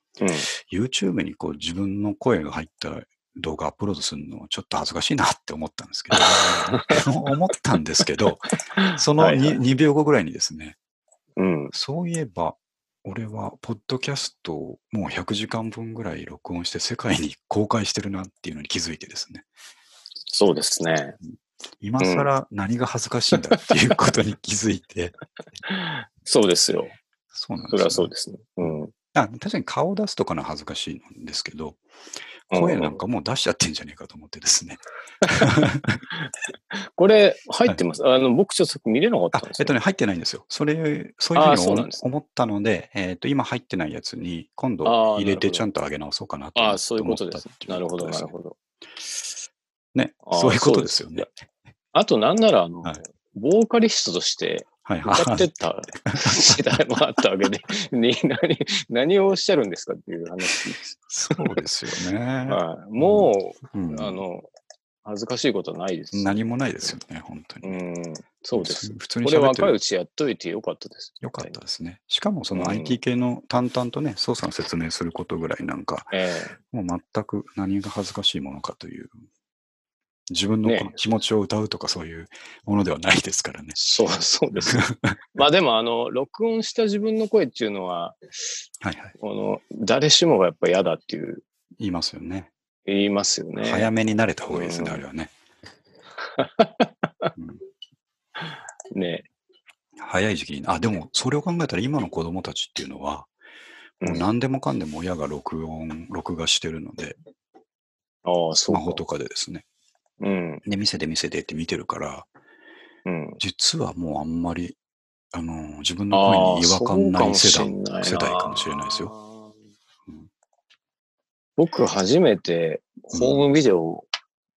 Speaker 2: YouTube にこう自分の声が入った動画アップロードするのはちょっと恥ずかしいなって思ったんですけど、 思ったんですけど、その
Speaker 1: はいは
Speaker 2: 2,
Speaker 1: い。
Speaker 2: 2秒後ぐらいにですね、
Speaker 1: うん。
Speaker 2: そういえば、俺はポッドキャストをもう100時間分ぐらい録音して世界に公開してるなっていうのに気づいてですね、
Speaker 1: そうですね。
Speaker 2: 今
Speaker 1: うん。
Speaker 2: 更何が恥ずかしいんだっていうことに気づい て、
Speaker 1: そうですよ。
Speaker 2: そうなんで
Speaker 1: それは
Speaker 2: すよ
Speaker 1: そう
Speaker 2: ね。
Speaker 1: ですね。
Speaker 2: う
Speaker 1: うんん。うん
Speaker 2: あ確かに顔を出すとかのは恥ずかしいんですけど、
Speaker 1: う
Speaker 2: 声なん
Speaker 1: ん。
Speaker 2: かもう出しちゃってんじゃねえかと思ってですね。
Speaker 1: これ入
Speaker 2: は
Speaker 1: っ
Speaker 2: い、
Speaker 1: てます。あの、僕ちょっと見れなかっ
Speaker 2: あ、
Speaker 1: たんで
Speaker 2: えっ
Speaker 1: す
Speaker 2: と
Speaker 1: よ。
Speaker 2: ね、入ってないんですよ。それ、そういうふう
Speaker 1: あ
Speaker 2: に
Speaker 1: あ、そう
Speaker 2: 思
Speaker 1: なんですね。
Speaker 2: 思ったので、えっと、今入ってないやつに、今度
Speaker 1: ああ、
Speaker 2: 入れ
Speaker 1: なるほ
Speaker 2: てちゃ
Speaker 1: ど。
Speaker 2: んと上げ直そうかなと
Speaker 1: あ
Speaker 2: 思
Speaker 1: あ、
Speaker 2: っ
Speaker 1: そういう
Speaker 2: 思
Speaker 1: こ
Speaker 2: っ
Speaker 1: とで
Speaker 2: たっ
Speaker 1: す。
Speaker 2: てい
Speaker 1: な
Speaker 2: う
Speaker 1: る
Speaker 2: こ
Speaker 1: ほ
Speaker 2: と
Speaker 1: ど、
Speaker 2: で
Speaker 1: な
Speaker 2: す
Speaker 1: る
Speaker 2: ね。
Speaker 1: ほど。
Speaker 2: ね、そ
Speaker 1: あ
Speaker 2: う
Speaker 1: あ、
Speaker 2: いうこ
Speaker 1: そう
Speaker 2: と
Speaker 1: で
Speaker 2: です
Speaker 1: す。
Speaker 2: よ
Speaker 1: いや、
Speaker 2: ね。
Speaker 1: あとなんなら、あの、
Speaker 2: はい。
Speaker 1: ボーカリストとして
Speaker 2: はい。
Speaker 1: 歌っ
Speaker 2: あ
Speaker 1: てた時代もあったわけで、 に何、何をおっしゃるんですかっていう話です。
Speaker 2: そうですよね。
Speaker 1: はい。
Speaker 2: うん。
Speaker 1: も
Speaker 2: う
Speaker 1: う、あ
Speaker 2: ん。
Speaker 1: の、恥ずかしいことはないですよ。
Speaker 2: 何もないで
Speaker 1: う
Speaker 2: すよね、本当にね。
Speaker 1: ん、うん
Speaker 2: う
Speaker 1: そ
Speaker 2: ん
Speaker 1: うで
Speaker 2: そう
Speaker 1: す。
Speaker 2: 普通に
Speaker 1: これ
Speaker 2: 喋って
Speaker 1: 若いう
Speaker 2: る。
Speaker 1: ちやっといてよかったです、
Speaker 2: よ
Speaker 1: 絶
Speaker 2: かっ
Speaker 1: 対
Speaker 2: た
Speaker 1: に。
Speaker 2: ですね。しかもそうの IT
Speaker 1: ん。
Speaker 2: 系の淡々とね、操作の説明することぐらいなんか、
Speaker 1: ええ
Speaker 2: もう全く何が恥ずかしいものかという自分のこ
Speaker 1: ね
Speaker 2: の気持ちを歌うとかそういうものではないですからね。
Speaker 1: そう、そうですよ。まあでも、あの、録音した自分の声っていうのは、
Speaker 2: はいはい。
Speaker 1: この、誰しもがやっぱ嫌だっていう
Speaker 2: 言いますよね。
Speaker 1: 言いますよ
Speaker 2: 早
Speaker 1: ね。
Speaker 2: めに慣れた方
Speaker 1: う
Speaker 2: がいいですね、あ
Speaker 1: ん。
Speaker 2: れはね。うん、
Speaker 1: ね
Speaker 2: 早い時期に。あ、でもそれを考えたら今の子供たちっていうのは、
Speaker 1: う。
Speaker 2: もうん何でもかんでも親が録音、録画してるので、
Speaker 1: ああ、
Speaker 2: ス
Speaker 1: そう
Speaker 2: マホ
Speaker 1: か。
Speaker 2: とかでですね。
Speaker 1: うん。
Speaker 2: で、見せて見せてって見てるから、
Speaker 1: うん。
Speaker 2: 実はもうあんまり、あの、自分の声
Speaker 1: あ
Speaker 2: に
Speaker 1: あ、
Speaker 2: 違和
Speaker 1: そ
Speaker 2: 感
Speaker 1: う
Speaker 2: な
Speaker 1: か
Speaker 2: い
Speaker 1: も
Speaker 2: 世
Speaker 1: し
Speaker 2: 代、
Speaker 1: んない
Speaker 2: 世代かもしれないですよ。
Speaker 1: な。
Speaker 2: うん。
Speaker 1: 僕初めて
Speaker 2: う
Speaker 1: ホーム
Speaker 2: ん
Speaker 1: ビデオを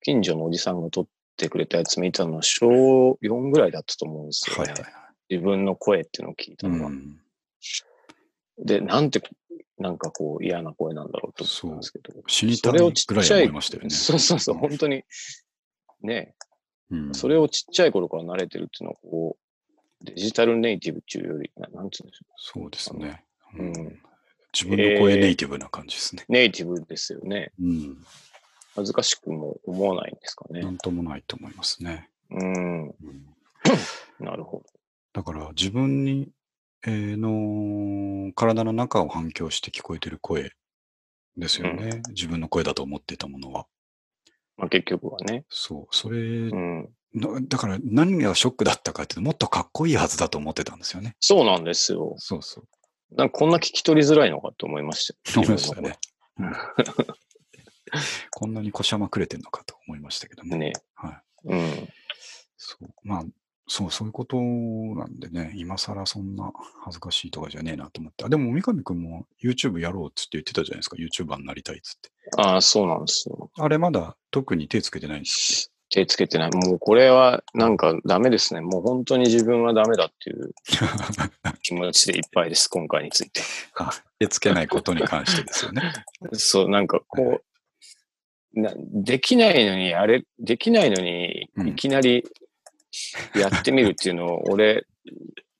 Speaker 1: 近所のおじさんが撮ってくれたやつ見たのは小4ぐらいだったと思うんですよ
Speaker 2: はいはい
Speaker 1: ね。
Speaker 2: はい。
Speaker 1: 自分の声っていうのを聞いうたのが。
Speaker 2: ん。
Speaker 1: で、なんて、なんかこう嫌な声なんだろうと思ったん
Speaker 2: そ
Speaker 1: ですけど、
Speaker 2: う。死に
Speaker 1: そ
Speaker 2: た
Speaker 1: れを
Speaker 2: い
Speaker 1: ちっ
Speaker 2: ぐらい
Speaker 1: ちゃ
Speaker 2: 思い
Speaker 1: い、
Speaker 2: ましたよね。
Speaker 1: そうそうそう、
Speaker 2: うん。
Speaker 1: 本当にね、
Speaker 2: う
Speaker 1: それ
Speaker 2: ん、
Speaker 1: をちっちゃい頃から慣れてるっていうのは、こう、デジタルネイティブっていうより、ななんていうんでし
Speaker 2: そうで
Speaker 1: ょ
Speaker 2: す
Speaker 1: う。
Speaker 2: ね、う
Speaker 1: あの、
Speaker 2: ん。
Speaker 1: うん。
Speaker 2: 自分の声ネイ
Speaker 1: えー、
Speaker 2: ティブな感じですね。
Speaker 1: ネイティブですよね。
Speaker 2: うん。
Speaker 1: 恥ずかしくも思わないんですか
Speaker 2: な
Speaker 1: ね。
Speaker 2: んともないと思いますね。
Speaker 1: う
Speaker 2: う
Speaker 1: ん。
Speaker 2: ん、
Speaker 1: なるほど。
Speaker 2: だから自分に、えーの体の中を反響して聞こえてる声です
Speaker 1: う
Speaker 2: よ
Speaker 1: ん。
Speaker 2: ね。自分の声だと思ってたものは。
Speaker 1: まあ結局はね。
Speaker 2: そう。それ、
Speaker 1: うん。
Speaker 2: なだから何がショックだったかっていうと、もっとかっこいいはずだと思ってたんですよね。
Speaker 1: そうなんですよ。
Speaker 2: そうそう。
Speaker 1: なんかこんな聞き取りづらいのかと思いましたよ。
Speaker 2: 思い
Speaker 1: 自
Speaker 2: まし
Speaker 1: 分の
Speaker 2: た
Speaker 1: 声。
Speaker 2: ね。うん。こんなにこしゃまくれてるのかと思いましたけども。
Speaker 1: ね。
Speaker 2: はい。
Speaker 1: うん。
Speaker 2: そう、まあ、そう、そういうことなんでね、今更そんな恥ずかしいとかじゃねえなと思って。あ、でも三上くんも YouTube やろうっつって言ってたじゃないですか。YouTuber になりたいっつって。
Speaker 1: ああ、そうなんですよ。
Speaker 2: あれまだ特に手つけてないんですっけ
Speaker 1: 手つけてない。もうこれは
Speaker 2: う
Speaker 1: なん
Speaker 2: ん。
Speaker 1: かダメですね。もう本当に自分はダメだっていう気持ちでいっぱいです。今回について。
Speaker 2: あ、 手つけないことに関してですよね。
Speaker 1: そう、なんか
Speaker 2: はいはい
Speaker 1: こう、なできないのに、あれ、できないのに、
Speaker 2: う
Speaker 1: い
Speaker 2: ん。
Speaker 1: きなりやってみるっていうのを、俺、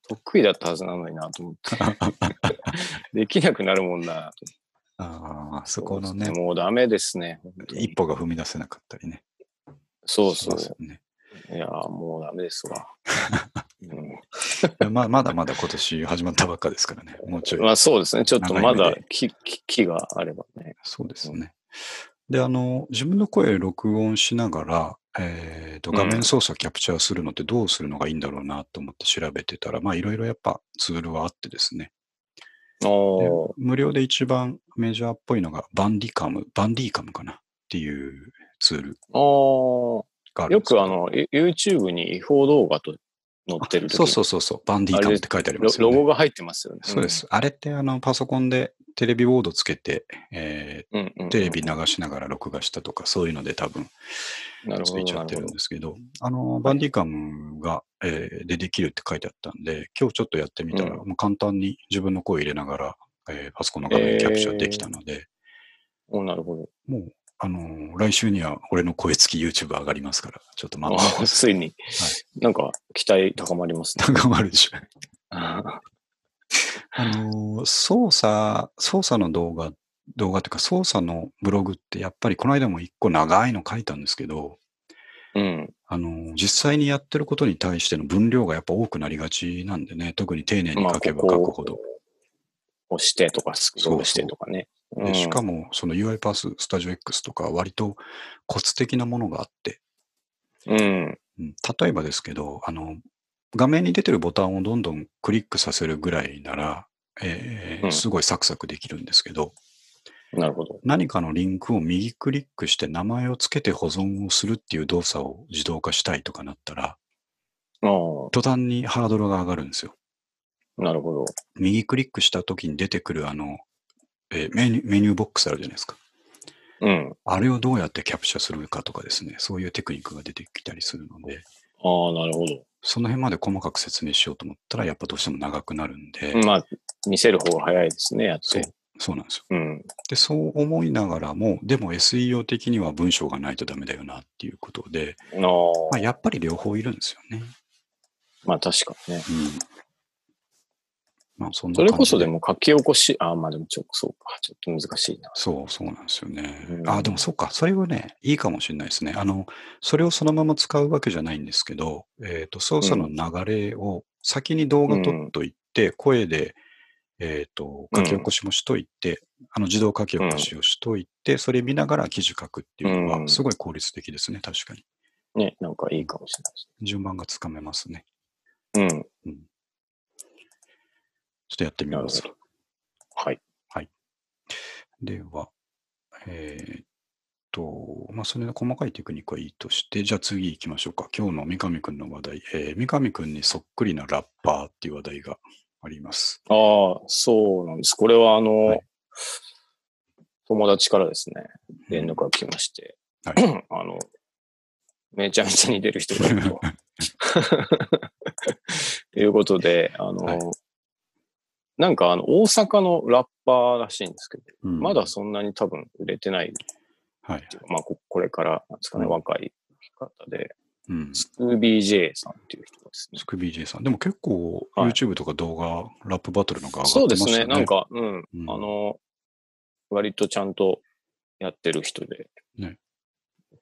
Speaker 1: 得意だったはずなのになと思って。 できなくなるもんなと。
Speaker 2: ああ、そ
Speaker 1: そ
Speaker 2: こ
Speaker 1: うで
Speaker 2: の
Speaker 1: すね。
Speaker 2: ね、
Speaker 1: もうダメですね。本当
Speaker 2: 一
Speaker 1: に。
Speaker 2: 歩が踏み出せなかったりね、
Speaker 1: そう
Speaker 2: しますよ
Speaker 1: そ
Speaker 2: ね。
Speaker 1: う。いやー、もうダメです わ。うん、
Speaker 2: いやままだまだ今年始まったばっかですからね、もうちょい
Speaker 1: まあそうですね。ちょっと
Speaker 2: 長い
Speaker 1: ま
Speaker 2: 目
Speaker 1: だ
Speaker 2: で。
Speaker 1: きき気があればね。
Speaker 2: そうです
Speaker 1: うん、
Speaker 2: ね。で、あの、自分の声録音しながら、えーと、
Speaker 1: うん
Speaker 2: 画面操作キャプチャーするのってどうするのがいいんだろうなと思って調べてたら、まあいろいろやっぱツールはあってですね。
Speaker 1: あ
Speaker 2: で
Speaker 1: ー
Speaker 2: 無料で一番メジャーっぽいのがバンディカム、バンディカムかなっていうツール
Speaker 1: あー。
Speaker 2: があるん
Speaker 1: よ
Speaker 2: ですけど
Speaker 1: くあの、ユ YouTube に違法動画と載ってる時
Speaker 2: そうそうそうそう、バンディカムって書いてありますよ
Speaker 1: ロ
Speaker 2: ね。
Speaker 1: ロゴが入ってますよね。
Speaker 2: そうです。あれってあのパソコンでテレビボードつけて、え
Speaker 1: うん。うんうんうん
Speaker 2: ーテレビ流しながら録画したとか、そういうので多分
Speaker 1: なる
Speaker 2: つ
Speaker 1: ほ
Speaker 2: いち
Speaker 1: ど、
Speaker 2: ゃ
Speaker 1: な
Speaker 2: って
Speaker 1: る
Speaker 2: る
Speaker 1: ほ
Speaker 2: ん
Speaker 1: ど。
Speaker 2: ですけど、あの、バンディカムが、えーでできるって書いてあったんで、今日ちょっとやってみたら、
Speaker 1: う
Speaker 2: もう簡単に自分の声入れながら、えーパソコンの画面キャプチャーできたので、
Speaker 1: おなるほど。
Speaker 2: もう、あの、来週には俺の声付き YouTube 上がりますから、ちょっと待
Speaker 1: あ
Speaker 2: って
Speaker 1: ーついに、なんか期待高まりますね。
Speaker 2: 高まるでしょ。
Speaker 1: あ
Speaker 2: あのー操作、操作の動画、動画というか操作のブログってやっぱりこの間も一個長いの書いたんですけど、
Speaker 1: ーうん。
Speaker 2: あのー実際にやってることに対しての分量がやっぱ多くなりがちなんでね、特に丁寧に書けば書くほど。
Speaker 1: 押してとか、スクロー
Speaker 2: そうそう
Speaker 1: ルしてとかね。
Speaker 2: でしか
Speaker 1: も、
Speaker 2: もその UiPath、StudioX とか割とコツ的なものがあって、
Speaker 1: うん。
Speaker 2: うん例えばですけど、あの、画面に出てるボタンをどんどんクリックさせるぐらいなら、えー
Speaker 1: うん
Speaker 2: すごいサクサクできるんですけど、
Speaker 1: なるほど。
Speaker 2: 何かのリンクを右クリックして名前をつけて保存をするっていう動作を自動化したいとかなったら、
Speaker 1: あ
Speaker 2: 途端にハードルが上がるんですよ。
Speaker 1: あ、なるほど。
Speaker 2: 右クリックした時に出てくるあの、えーメニューメニューボックスあるじゃないですか。
Speaker 1: うん。
Speaker 2: あれをどうやってキャプチャーするかとかですね、そういうテクニックが出てきたりするので、
Speaker 1: ああ、なるほど。
Speaker 2: その辺まで細かく説明しようと思ったら、やっぱどうしても長くなるんで、
Speaker 1: まあ、見せる方が早いですね、やっ
Speaker 2: そう
Speaker 1: て。、
Speaker 2: そうなんですよ。
Speaker 1: うん。
Speaker 2: で、そう思いながらも、でも SEO 的には文章がないとダメだよなっていうことで、
Speaker 1: ああ、
Speaker 2: まあ、やっぱり両方いるんですよね。
Speaker 1: まあ確かにね。
Speaker 2: うんまあ、そんな
Speaker 1: そ
Speaker 2: 感
Speaker 1: れ
Speaker 2: じ
Speaker 1: こそでも書き起こし、ああ、まあでもちょっとそうか、ちょっと難しいな。
Speaker 2: そう、そうなんですよね。
Speaker 1: うん
Speaker 2: あ、でもそっか、それはね、いいかもしれないですね。あの、それをそのまま使うわけじゃないんですけど、えっ、と、操作の流れを先に動画撮っといて、声で、えっ、と、書き起こしもしといて、あの、自動書き起こしをしといて、それ見ながら記事書くっていうの
Speaker 1: う
Speaker 2: は、
Speaker 1: ん
Speaker 2: すごい効率的ですね、確かに。
Speaker 1: ね、なんかいいかもし
Speaker 2: 順番がつかめますね。
Speaker 1: れないですね。うん。
Speaker 2: ちょっとやってみます
Speaker 1: なるほど。はい。
Speaker 2: では、えーっと、まあ、それの細かいテクニックはいいとして、じゃあ次行きましょうか。今日の三上くんの話題、えー三上くんにそっくりなラッパーっていう話題があります。
Speaker 1: ああ、そうなんです。これはあの、
Speaker 2: はい
Speaker 1: 友達からですね、連絡が来まして、
Speaker 2: は
Speaker 1: あの、めちゃめちゃ似てる人がいる と。いうことで、あの、
Speaker 2: はい
Speaker 1: なんかあの、大阪のラッパーらしいんですけど、
Speaker 2: うん
Speaker 1: まだそんなに多分売れてないって
Speaker 2: はい。
Speaker 1: いうか、まあこ、これからなんですかね、
Speaker 2: うん
Speaker 1: 若い方で、
Speaker 2: うん。
Speaker 1: スクービー J さんっていう人ですね。
Speaker 2: スクビー J さん。でも結構
Speaker 1: はい
Speaker 2: YouTube とか動画、ラップバトルのが上がってましたね。
Speaker 1: そうですね。なん。か、うん。
Speaker 2: うん
Speaker 1: あの、割とちゃんとやってる人で。
Speaker 2: ね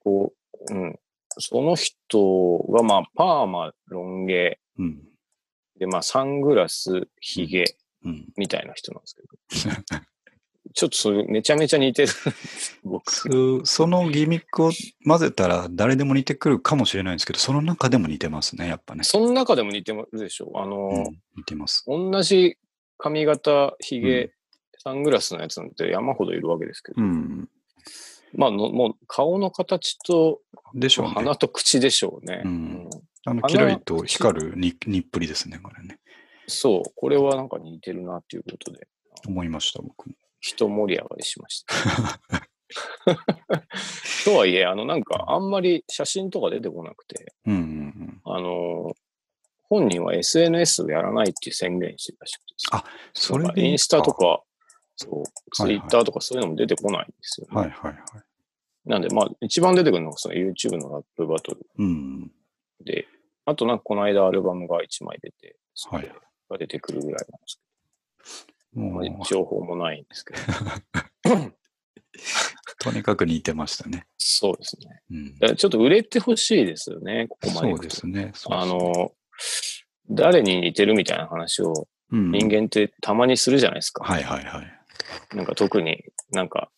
Speaker 1: こう、うん。その人が、まあ、パーマ、ロン毛、
Speaker 2: うん。
Speaker 1: で、まあ、サングラス、ヒゲ、
Speaker 2: うん。
Speaker 1: みたいな人なんですけど。ちょっとそれ、めちゃめちゃ似てる。僕。
Speaker 2: そそのギミックを混ぜたら誰でも似てくるかもしれないんですけど、その中でも似てますね、やっぱね。
Speaker 1: その中でも似てるでしょう。あの、
Speaker 2: ん、似てます。
Speaker 1: 同じ髪型、ヒ
Speaker 2: う
Speaker 1: ゲ、サングラスのやつなんて山ほどいるわけですけど。
Speaker 2: うん。
Speaker 1: まあの、もう、顔の形と、
Speaker 2: でしょうね。
Speaker 1: 鼻と口でしょうね。
Speaker 2: うん
Speaker 1: うん
Speaker 2: あの、
Speaker 1: あの
Speaker 2: キラリと光るににっぷりですね、これね。
Speaker 1: そう、これはなんか似てるなっていうことで、
Speaker 2: 思いました、僕も。
Speaker 1: 一盛り上がりしました。 とはいえ、あの、なんかあんまり写真とか出てこなくて、
Speaker 2: うんうんうん。
Speaker 1: あの、本人は SNS をやらないっていう宣言してたしくて
Speaker 2: あそれ
Speaker 1: なんか
Speaker 2: でいい
Speaker 1: インスタと
Speaker 2: か。
Speaker 1: か、そう、ツ
Speaker 2: はい
Speaker 1: イッターとかそういうのも出てこないんですよね、
Speaker 2: はいはいはい。
Speaker 1: なんで、まあ、一番出てくるのがその YouTube のラップバトル
Speaker 2: うん。
Speaker 1: で、あとなんかこの間アルバムが1枚出て、そ
Speaker 2: はい
Speaker 1: れが出てくるぐらいなんですけど、
Speaker 2: も
Speaker 1: まあ
Speaker 2: う、
Speaker 1: 情報もないんですけど、
Speaker 2: とにかく似てましたね。
Speaker 1: そうですね。
Speaker 2: うん
Speaker 1: だ。からちょっと売れてほしいですよね、ここまで
Speaker 2: そ
Speaker 1: 行
Speaker 2: う
Speaker 1: く
Speaker 2: で
Speaker 1: と。
Speaker 2: すね。そう
Speaker 1: あ、の、誰に似てるみたいな話を
Speaker 2: うん
Speaker 1: 人間ってたまにするじゃないですか。
Speaker 2: はいはいはい。
Speaker 1: なんか特になんか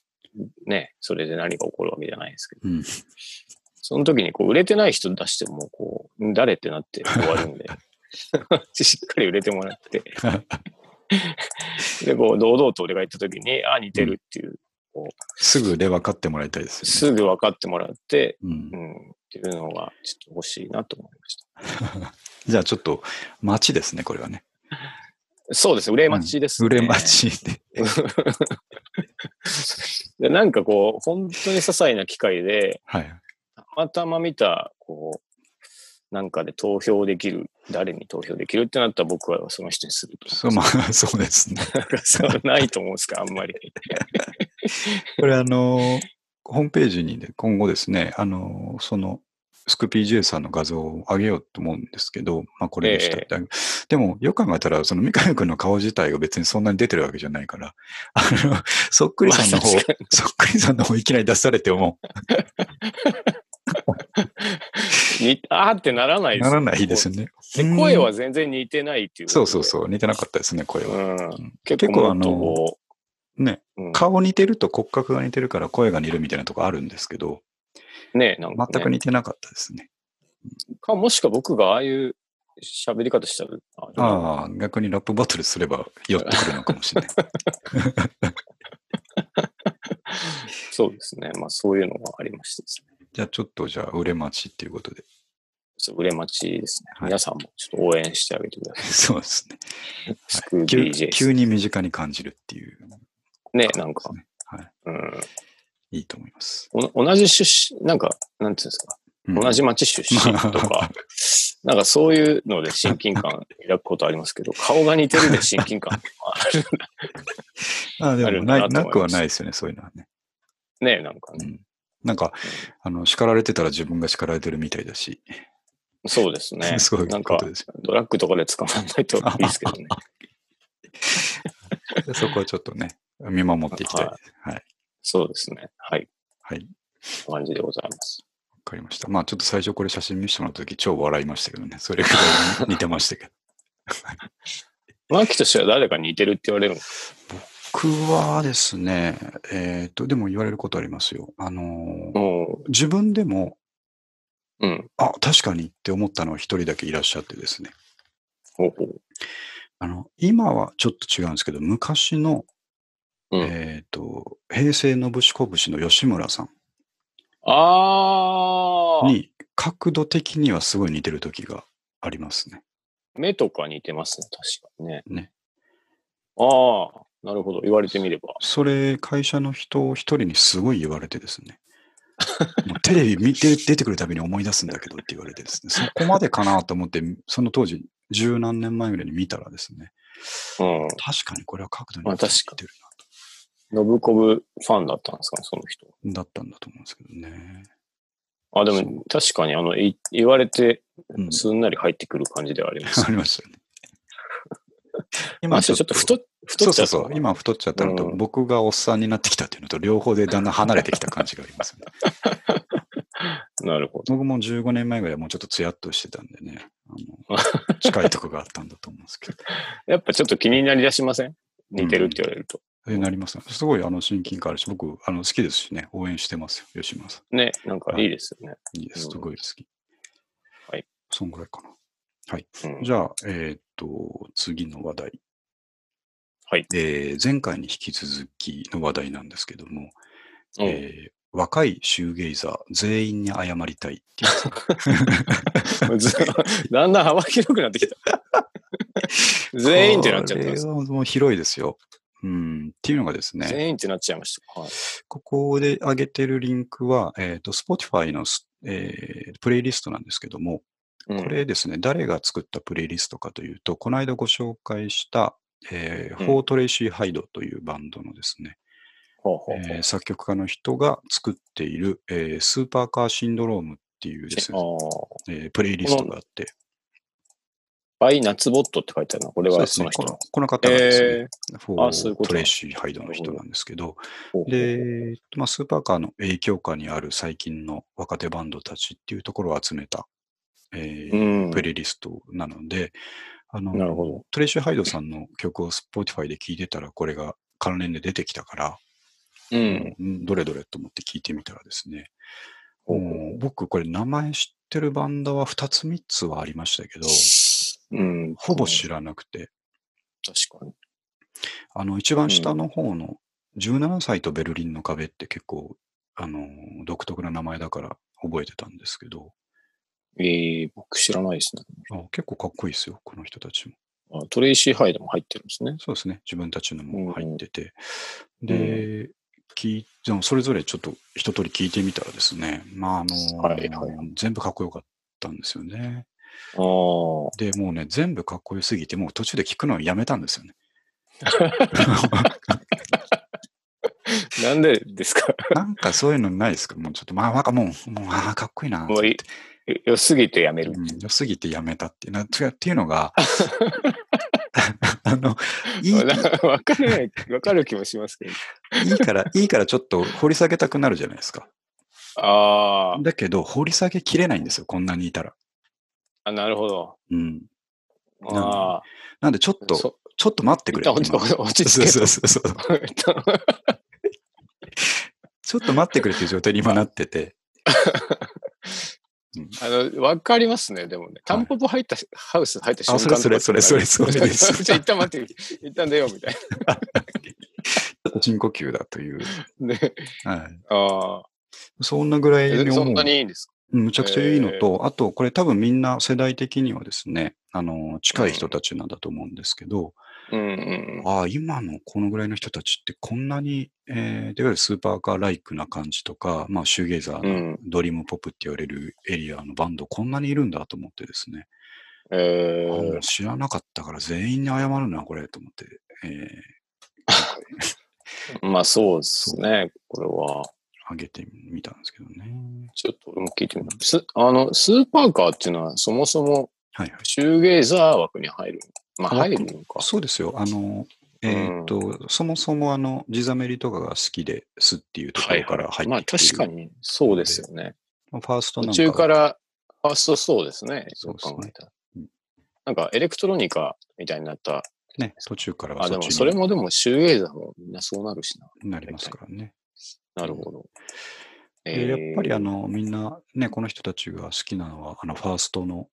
Speaker 1: ね、それで何が起こるわけじゃないですけど、
Speaker 2: うん。
Speaker 1: その時にこう売れてない人出しても、こう、ん誰ってなって終わる んで、しっかり売れてもらって、で、こう、堂々と俺が言った時に、あ、似てるっていう、
Speaker 2: すぐで分かってもらいたいですよ
Speaker 1: すぐ分かってもらって、
Speaker 2: ね。うん
Speaker 1: うん、っていうのがちょっと欲しいなと思いました。
Speaker 2: じゃあちょっと、待ちですね、これはね。
Speaker 1: そうですね、売れ待ちです、ね
Speaker 2: 売れ待ちで。
Speaker 1: で。なんかこう、本当に些細な機会で、
Speaker 2: はい。
Speaker 1: たまたま見た、こう、なんかで投票できる、誰に投票できるってなったら僕はその人にすると
Speaker 2: そう、まあ、そうですね。
Speaker 1: なんかそうないと思うんですか、あんまり。
Speaker 2: これあの、ホームページにね、今後ですね、あの、その、スク PJ さんの画像を上げようと思うんですけど、まあこれでしたって、でもよく考えたら、その三上君の顔自体が別にそんなに出てるわけじゃないから、あの、そっくりさん の方、
Speaker 1: まあ確か
Speaker 2: そっくりさんの方いきなり出されても、
Speaker 1: に似 あーってならない
Speaker 2: ならないですよね。
Speaker 1: で声は全然似てないっていう。
Speaker 2: そうそうそう、似てなかったですね、声は。
Speaker 1: うん。結構もっとこ
Speaker 2: ね、
Speaker 1: う、うん
Speaker 2: 顔似てると骨格が似てるから声が似るみたいなとこあるんですけど、
Speaker 1: ねなんか、ね、
Speaker 2: 全く似てなかったですね。
Speaker 1: か、もしくは僕がああいう喋り方したら、あ
Speaker 2: ああ、逆にラップバトルすれば寄ってくるのかもしれない。
Speaker 1: そうですね。まあそういうのがありましてですね。
Speaker 2: じゃあちょっとじゃあ売れ待ちっていうことで。
Speaker 1: そう売れ待ちですね。
Speaker 2: はい
Speaker 1: 皆さんもちょっと応援してあげてください。
Speaker 2: そうですね。
Speaker 1: スクー
Speaker 2: 急
Speaker 1: BJ
Speaker 2: 急に身近に感じるっていう、
Speaker 1: ね、なんか、
Speaker 2: はい。
Speaker 1: うん、
Speaker 2: いいと思います。
Speaker 1: お同じ出身、なんか、なんていうんですか、
Speaker 2: うん
Speaker 1: 同じ町出身
Speaker 2: ま
Speaker 1: と か、なんかそういうので親近感抱くことありますけど、 顔が似てるで親近 感。
Speaker 2: あで
Speaker 1: あ
Speaker 2: も
Speaker 1: る
Speaker 2: な
Speaker 1: ないと思いま
Speaker 2: な
Speaker 1: す
Speaker 2: くはないですよね、そういうのはね。
Speaker 1: ね、なんか
Speaker 2: う
Speaker 1: ね。
Speaker 2: ん、なんか、あの、叱られてたら自分が叱られてるみたいだし、。
Speaker 1: そうです ね
Speaker 2: そういう
Speaker 1: なん
Speaker 2: こ
Speaker 1: か
Speaker 2: と、ですよ
Speaker 1: ドラッグとかで捕まらないといいです けどね。
Speaker 2: ね。そこはちょっとね、見守っていきたいです。はい。
Speaker 1: そうですね。はい。
Speaker 2: はい。わ
Speaker 1: こんな感じでございます。
Speaker 2: かりました。まあちょっと最初これ写真見せてもらった時超笑いましたけどね。それくらい似てましたけ ど。
Speaker 1: マーキとしては誰か似てるって言われるの
Speaker 2: 僕はですね、えっ、と、でも言われることありますよ。あのー
Speaker 1: も
Speaker 2: 自分でも、
Speaker 1: う、うん。
Speaker 2: あ、確かにって思ったのは一人だけいらっしゃってですね。
Speaker 1: ほうほう。
Speaker 2: あの、今はちょっと違うんですけど、昔の、
Speaker 1: うん
Speaker 2: えっ、と、平成のぶしこぶしの吉村さん
Speaker 1: あー、
Speaker 2: に、角度的にはすごい似てる時がありますね。
Speaker 1: 目とか似てますね。確かにね。
Speaker 2: ね。
Speaker 1: ああ、なるほど。言われてみれば。
Speaker 2: それ、会社の人一人にすごい言われてです ね。もうテレビ見て出てくるたびに思い出すんだけどって言われてですね、そこまでかなと思って、その当時、十何年前ぐらいに見たらですね、
Speaker 1: うん。
Speaker 2: 確かにこれは角度に
Speaker 1: まあ確か
Speaker 2: てる
Speaker 1: 信子部ファンだったんですかね、その人。
Speaker 2: なだったんだと思うんですけどね。
Speaker 1: あ、で
Speaker 2: そう
Speaker 1: も確かに、あの、い言われて、
Speaker 2: うん、
Speaker 1: すんなり入ってくる感じではありま す。
Speaker 2: ありま したよね。
Speaker 1: まあ、ちょっと太っ、太
Speaker 2: そ
Speaker 1: っ
Speaker 2: う
Speaker 1: ち
Speaker 2: そ
Speaker 1: ゃ
Speaker 2: う
Speaker 1: った
Speaker 2: そう。今太っちゃったのと、
Speaker 1: うん
Speaker 2: 僕がおっさんになってきたっていうのと、両方でだんだん離れてきた感じがあります よね。
Speaker 1: なるほど。
Speaker 2: 僕も15年前ぐらいはもうちょっとツヤっとしてたんでね、あの近いとこがあったんだと思うんですけど。
Speaker 1: やっぱちょっと気になりだしません似てるって言われると。
Speaker 2: えなりますね。すごいあの親近感あるし、僕あの好きですしね、応援してますよ、吉村さ
Speaker 1: ね、なんかいいですよね。
Speaker 2: ん。いいです。
Speaker 1: うん
Speaker 2: すごい好き。
Speaker 1: はい。
Speaker 2: そんぐらいかな。
Speaker 1: うん
Speaker 2: じゃあ、えーっと、次の話題。
Speaker 1: はい。
Speaker 2: えー前回に引き続きの話題なんですけども、
Speaker 1: うん
Speaker 2: えー若いシューゲイザー全員に謝りたいっていう
Speaker 1: ずだんだん幅広く なってきた。 全員ってなっちゃったんです。
Speaker 2: これはもう広いですよ。うん、っていうのがですね、
Speaker 1: 全員ってなっちゃいました。はい。
Speaker 2: ここで上げてるリンクは、えーっと、Spotify のす、えープレイリストなんですけども、
Speaker 1: うん
Speaker 2: これですね、誰が作ったプレイリストかというと、この間ご紹介した、えー
Speaker 1: うん
Speaker 2: フォートレイシー・ハイドというバンドのですね、
Speaker 1: ほうほうほう
Speaker 2: えー作曲家の人が作っている、えースーパーカーシンドロームっていうですね、
Speaker 1: あ
Speaker 2: えープレイリストがあって、
Speaker 1: あ。バイナツボットって書いてあるな。これ
Speaker 2: そう
Speaker 1: は
Speaker 2: です
Speaker 1: そ
Speaker 2: ね
Speaker 1: の、人
Speaker 2: このこの方がですね、
Speaker 1: え
Speaker 2: フ
Speaker 1: あそうい
Speaker 2: ォ
Speaker 1: う
Speaker 2: ー
Speaker 1: こと
Speaker 2: トレイシー・ハイドの人なんですけど、
Speaker 1: ー、
Speaker 2: で、まあ、スーパーカーの影響下にある最近の若手バンドたちっていうところを集めた、えー
Speaker 1: うん
Speaker 2: プレイリストなので、あの
Speaker 1: なるほど。
Speaker 2: トレイシー・ハイドさんの曲を Spotify で聴いてたら、これが関連で出てきたから、
Speaker 1: うん。
Speaker 2: うんどれどれと思って聞いてみたらですね、
Speaker 1: ほう
Speaker 2: うん僕これ名前知ってるバンドは2つ3つはありましたけど、
Speaker 1: うん。
Speaker 2: ほぼ知らなくて、
Speaker 1: 確かに。
Speaker 2: あの一番下の方の17歳とベルリンの壁って結構、あの、独特な名前だから覚えてたんですけど、
Speaker 1: えー、僕知らないですね。
Speaker 2: あ結構かっこいいですよ、この人たちも。
Speaker 1: あトレイシー・ハイでも入ってるんですね。
Speaker 2: そうですね。自分たちのも入ってて。
Speaker 1: ん
Speaker 2: で、聞いでもそれぞれちょっと一通り聞いてみたらですね、まあ、あの、
Speaker 1: はいはい
Speaker 2: 全部かっこよかったんですよね。
Speaker 1: ああ。
Speaker 2: で、もうね、全部かっこよすぎて、もう途中で聞くのはやめたん ですよね。
Speaker 1: なんでで すか
Speaker 2: なんかそういうのないですかもうちょっと、まあ、なんかもう、もう、ああ、かっこいいなと思っ
Speaker 1: もうい
Speaker 2: て
Speaker 1: い。良すぎてやめる。
Speaker 2: うん、良すぎてやめたっていうな、違うっていうの が、 あの、いい、
Speaker 1: わかるない、わかる気もしますけど。
Speaker 2: いいから、いいからちょっと掘り下げたくなるじゃないですか。
Speaker 1: あー
Speaker 2: だけど、掘り下げきれないんですよ、こんなにいたら。
Speaker 1: あ、なるほど。
Speaker 2: うん。
Speaker 1: あ
Speaker 2: なんで、ちょ
Speaker 1: あ
Speaker 2: っと、ちょっと待ってくれ。
Speaker 1: 一旦落ち
Speaker 2: 今
Speaker 1: 落ち
Speaker 2: そう
Speaker 1: 着
Speaker 2: そうそうそう。
Speaker 1: けと。
Speaker 2: ちょっと待ってくれっていう状態に今なってて。うん
Speaker 1: あの、わかりますね、でもね。タンポポ入った、ハウス入った瞬間とか
Speaker 2: あそれそれそれそれそれです
Speaker 1: じゃあ一旦待って、一旦出ようみたい
Speaker 2: ちょっと深呼吸だと いう。
Speaker 1: な。ね、
Speaker 2: はい。
Speaker 1: ああ。
Speaker 2: そんなぐらい
Speaker 1: え
Speaker 2: に
Speaker 1: そ
Speaker 2: 思う
Speaker 1: んな。にいいんですか
Speaker 2: うんむちゃくちゃいいのと、あと、これ多分みんな世代的にはですね、あの、近い人たちなんだと思うんですけど、
Speaker 1: うんうん。
Speaker 2: ああ、今のこのぐらいの人たちってこんなに、えーでいわゆるスーパーカーライクな感じとか、まあ、シューゲイザ
Speaker 1: う
Speaker 2: ーの
Speaker 1: ん。
Speaker 2: ドリームポップって言われるエリアのバンド、こんなにいるんだと思ってですね、
Speaker 1: え
Speaker 2: あも
Speaker 1: ー
Speaker 2: う、知らなかったから全員に謝るな、これ、と思って、えー
Speaker 1: まあそうですね、これは。
Speaker 2: 上げてみたんですけどね。
Speaker 1: ちょっと俺も聞いてみた。すあの、スーパーカーっていうのはそもそも
Speaker 2: はいはい。
Speaker 1: シューゲイザー枠に入る。まあ
Speaker 2: あ
Speaker 1: 入るのか。
Speaker 2: そうですよ。あの、えーっと、そもそもあの、地ざめりとかが好きですっていうところから入ってきてる、
Speaker 1: まあ確かにそうですよね。
Speaker 2: まあファーストなん
Speaker 1: 途
Speaker 2: か
Speaker 1: 中から、ファーストそうですね。
Speaker 2: そ
Speaker 1: そうう
Speaker 2: ですね
Speaker 1: 考えたら
Speaker 2: うん。
Speaker 1: なんかエレクトロニカみたいになった。
Speaker 2: ね、途中からは
Speaker 1: あ、
Speaker 2: そ
Speaker 1: で
Speaker 2: っち
Speaker 1: も
Speaker 2: に
Speaker 1: それもでもシューゲイザーもみんなそうなるしな。
Speaker 2: なりますからね。
Speaker 1: なるほど。
Speaker 2: でやっぱりあ
Speaker 1: の、
Speaker 2: のみんな、ね、この人たちが好きなのは、あのファーストの、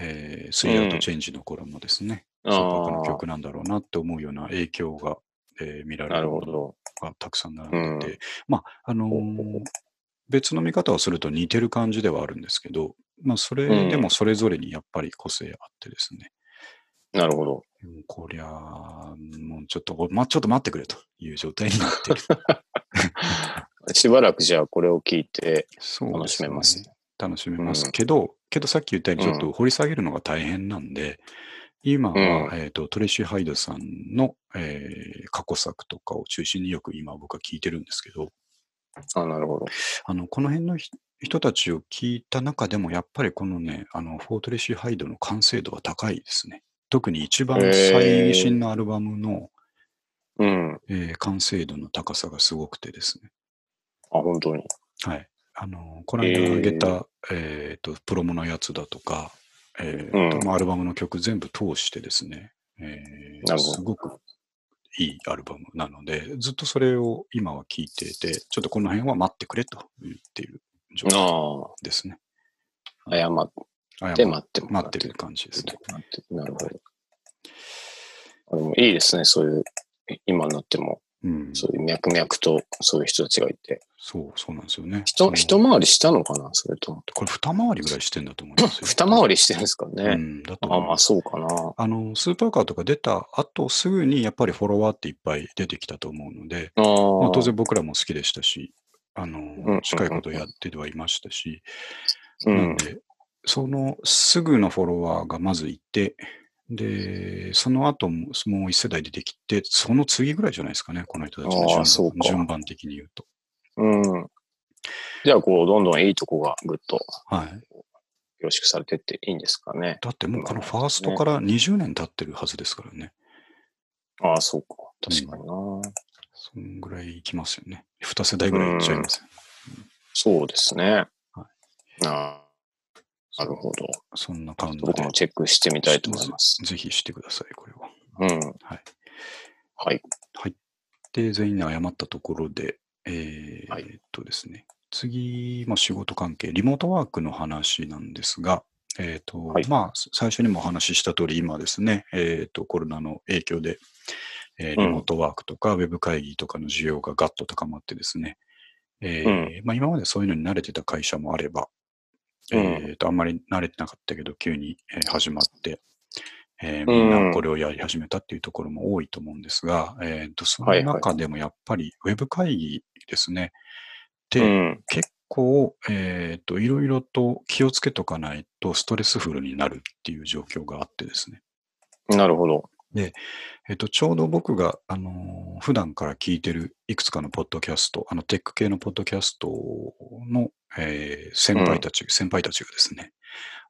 Speaker 2: えー、スイアウトチェンジの頃もですね、
Speaker 1: あ
Speaker 2: スーパーカーの
Speaker 1: ー
Speaker 2: 曲なんだろうなって思うような影響が、えー見られ
Speaker 1: な
Speaker 2: る
Speaker 1: る
Speaker 2: も
Speaker 1: ほ
Speaker 2: の
Speaker 1: ど。
Speaker 2: がたくさん並んでて、
Speaker 1: うん
Speaker 2: まああのー
Speaker 1: ほうほうほう
Speaker 2: 別の見方をすると似てる感じではあるんですけど、まあ、それでもそれぞれにやっぱり個性あってですね、
Speaker 1: なる ほど。
Speaker 2: もうこりゃあ、もうちょっと、ま、ちょっと待ってくれという状態にな ってる。
Speaker 1: しばらくじゃあこれを聞いて
Speaker 2: そうで
Speaker 1: 楽しめます。
Speaker 2: 楽しめますけど、けどさっき言ったようにちょっと掘り下げるのが大変なんで、今は、
Speaker 1: うん
Speaker 2: えー、とトレイシー・ハイドさんの、えー過去作とかを中心によく今僕は聞いてるんですけど、
Speaker 1: あ、なるほど。
Speaker 2: あのこの辺のひ人たちを聞いた中でもやっぱりこのね、あのフォートレイシー・ハイドの完成度は高いですね。特に一番
Speaker 1: へー
Speaker 2: 最新のアルバムの、
Speaker 1: うん。あ、
Speaker 2: えー完成度の高さがすごくてですね。
Speaker 1: 本当に。
Speaker 2: はい。あの、この間あげた、えっ、と、プロモのやつだとか、えー
Speaker 1: うん
Speaker 2: とまあアルバムの曲全部通してですね、えー
Speaker 1: なるほど
Speaker 2: すごくいいアルバムなので、ずっとそれを今は聴いていて、ちょっとこの辺は待ってくれと言っている状態
Speaker 1: あ
Speaker 2: ですね。
Speaker 1: あ、謝っ
Speaker 2: あ
Speaker 1: て待ってもら
Speaker 2: 待ってる感じですね。
Speaker 1: なるほど。あでもいいですね、そういう、今になっても、
Speaker 2: うん。
Speaker 1: そういう脈々とそういう人たちがいて。
Speaker 2: そう、そうなんですよね。
Speaker 1: ひと
Speaker 2: その
Speaker 1: 一回りしたのかな、それとも。
Speaker 2: これ二回りぐらいしてんだと思いますよ。
Speaker 1: 二回りしてるんですか
Speaker 2: う
Speaker 1: ね。
Speaker 2: ん、だと思
Speaker 1: あ、
Speaker 2: い
Speaker 1: ま
Speaker 2: ま
Speaker 1: あ
Speaker 2: す。
Speaker 1: そうかな。
Speaker 2: あの、スーパーカーとか出た後すぐにやっぱりフォロワーっていっぱい出てきたと思うので、
Speaker 1: あー、
Speaker 2: まあ、当然僕らも好きでしたし、あ
Speaker 1: うんう
Speaker 2: の
Speaker 1: ん、
Speaker 2: 近いことやってはいましたし、
Speaker 1: う
Speaker 2: なん
Speaker 1: ん。
Speaker 2: で、そのすぐのフォロワーがまずいて、で、その後ももう一世代出てきて、その次ぐらいじゃないですかね、この人たちの順
Speaker 1: あーそうか
Speaker 2: 順番的に言うと。
Speaker 1: うん。じゃあ、こう、どんどんいいとこがぐっと
Speaker 2: はい。
Speaker 1: 凝縮されてっていいんですかね。
Speaker 2: だってもうこのファーストから20年経ってるはずですからね。
Speaker 1: ああ、そうか。確かにな。
Speaker 2: そんぐらいいきますよね。二世代ぐらいいっちゃいますよね。
Speaker 1: そうですね。
Speaker 2: は
Speaker 1: ああ、なるほど。
Speaker 2: そんな感じで。
Speaker 1: 僕もチェックしてみたいと思います。
Speaker 2: ぜひしてください、これは。
Speaker 1: うん。
Speaker 2: はい。
Speaker 1: はい。
Speaker 2: で、全員に謝ったところで、えー
Speaker 1: はい
Speaker 2: えっとですね、次、まあ、仕事関係、リモートワークの話なんですが、えっと
Speaker 1: はい
Speaker 2: まあ、す最初にもお話しした通り、今ですね、えっとコロナの影響で、えー
Speaker 1: うん
Speaker 2: リモートワークとか、ウェブ会議とかの需要がガッと高まってですね、えーまあ、今までそういうのに慣れてた会社もあれば、
Speaker 1: うん
Speaker 2: えっとあんまり慣れてなかったけど、急にえー始まって、えー
Speaker 1: う
Speaker 2: み
Speaker 1: ん
Speaker 2: んなこれをやり始めたっていうところも多いと思うんですが、えっとその
Speaker 1: はいはい
Speaker 2: 中でもやっぱりウェブ会議ですね。
Speaker 1: う
Speaker 2: で、
Speaker 1: ん。
Speaker 2: 結構、えっといろいろと気をつけとかないとストレスフルになるっていう状況があってですね。
Speaker 1: なるほど。
Speaker 2: えっと、ちょうど僕が、あのー普段から聞いてるいくつかのポッドキャスト、あの、テック系のポッドキャストの、えー先輩たち、先輩たちがですね、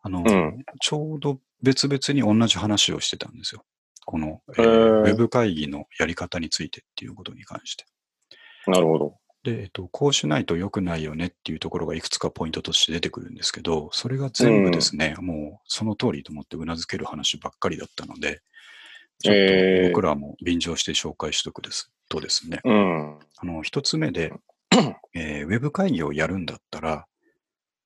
Speaker 2: あのー
Speaker 1: うん
Speaker 2: ちょうど別々に同じ話をしてたんですよ。この、えー
Speaker 1: へー
Speaker 2: ウェブ会議のやり方についてっていうことに関して。
Speaker 1: なるほど。
Speaker 2: で、えっと、こうしないと良くないよねっていうところがいくつかポイントとして出てくるんですけど、それが全部ですね、もうその通りと思ってうなずける話ばっかりだったので、ちょっ
Speaker 1: え
Speaker 2: と
Speaker 1: ー
Speaker 2: 僕らも便乗して紹介しとくです、とですね、
Speaker 1: うん。、
Speaker 2: あの、一つ目で えーウェブ会議をやるんだったら、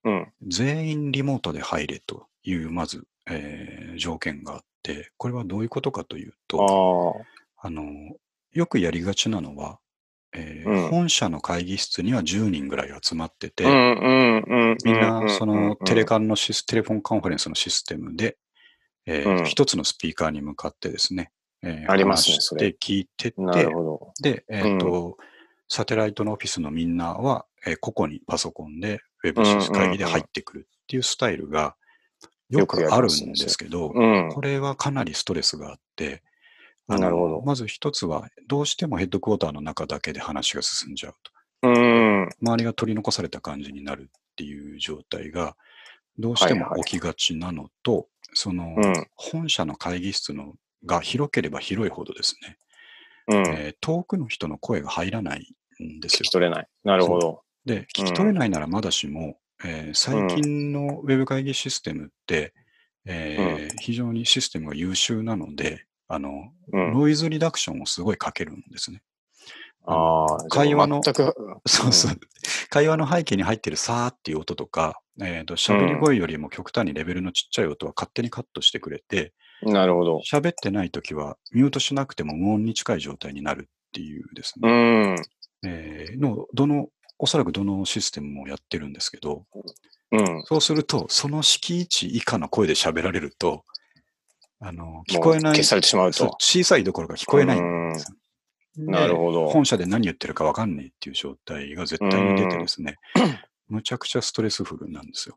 Speaker 1: うん。
Speaker 2: 全員リモートで入れという、まず、えー条件があって、これはどういうことかという
Speaker 1: あ
Speaker 2: と、
Speaker 1: あ。
Speaker 2: あの、よくやりがちなのは、えー
Speaker 1: うん
Speaker 2: 本社の会議室には10人ぐらい集まってて、
Speaker 1: うんうんうん。
Speaker 2: みんなそのテレ
Speaker 1: カ
Speaker 2: カンのシス、テレフォンカンファレンスのシステムで、え
Speaker 1: うん
Speaker 2: ー一、つのスピーカーに向かってですね、えー
Speaker 1: ありますね
Speaker 2: 話し
Speaker 1: そ
Speaker 2: て
Speaker 1: れ
Speaker 2: 聞いてって、
Speaker 1: なるほど。
Speaker 2: で、えっ、と、サテライトのオフィスのみんなは、えー個々にパソコンで Web シス会議で入ってくるっていうスタイルがよくあるんですけど、
Speaker 1: うん。
Speaker 2: これはかなりストレスがあって、あの
Speaker 1: なるほど
Speaker 2: まず一つは、どうしてもヘッドクォーターの中だけで話が進んじゃうと。
Speaker 1: うん。
Speaker 2: 周りが取り残された感じになるっていう状態が、どうしても起きがちなのと、その、
Speaker 1: うん。
Speaker 2: 本社の会議室のが広ければ広いほどですね、
Speaker 1: うん。
Speaker 2: えー遠くの人の声が入らないんです
Speaker 1: 聞
Speaker 2: よ
Speaker 1: き。取れない。なるほど。
Speaker 2: で、聞き取れないならまだしも、えー最近のウェブ会議システムって、えー非常にシステムが優秀なので、あの、
Speaker 1: うん。
Speaker 2: ノイズリダクションをすごいかけるんですね。
Speaker 1: ああ、
Speaker 2: 会話の
Speaker 1: 全く、
Speaker 2: そうそう。会話の背景に入ってるさーっていう音とか、えっ、と、喋り声よりも極端にレベルのちっちゃい音は勝手にカットしてくれて、
Speaker 1: なるほど。
Speaker 2: 喋ってないときはミュートしなくても無音に近い状態になるっていうです
Speaker 1: う
Speaker 2: ね。
Speaker 1: ん。
Speaker 2: えーの、どの、おそらくどのシステムもやってるんですけど、
Speaker 1: うん。
Speaker 2: そうすると、その敷地以下の声で喋られると、あの、聞こえ
Speaker 1: もう
Speaker 2: ない、
Speaker 1: 消されてしまう
Speaker 2: そう
Speaker 1: と。
Speaker 2: 小さいどころか聞こえないん
Speaker 1: うん
Speaker 2: ですよ。
Speaker 1: なる
Speaker 2: ど
Speaker 1: ほど。
Speaker 2: 本社で何言ってるか分かんないっていう状態が絶対に出てですね、 むちゃくちゃストレスフルなんですよ。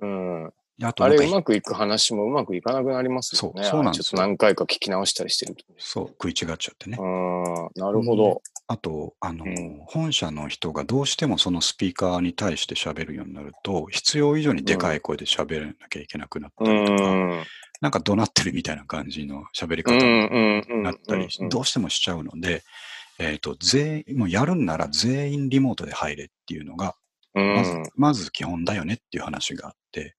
Speaker 1: うん。
Speaker 2: であと
Speaker 1: あ
Speaker 2: なん
Speaker 1: れ、
Speaker 2: か
Speaker 1: うまくいく話もうまくいかなくなりますよね。
Speaker 2: そうそうなんです
Speaker 1: ちょ
Speaker 2: よ
Speaker 1: っと何回か聞き直したりしてると。
Speaker 2: そう、食い違っちゃってね
Speaker 1: う。ん。なるほど。
Speaker 2: あと、あの、
Speaker 1: うん
Speaker 2: 本社の人がどうしてもそのスピーカーに対して喋るようになると、必要以上にでかい声で喋らなきゃいけなくなった
Speaker 1: う
Speaker 2: りとか、
Speaker 1: ん。
Speaker 2: なんか怒鳴ってるみたいな感じの喋り
Speaker 1: う
Speaker 2: 方
Speaker 1: ん。
Speaker 2: に
Speaker 1: うん。うん。
Speaker 2: なったりし、
Speaker 1: うん
Speaker 2: どうしてもしちゃうので、えっ、と、全員、もうやるんなら全員リモートで入れっていうのが、
Speaker 1: う
Speaker 2: まず、
Speaker 1: ん。
Speaker 2: まず基本だよねっていう話があって、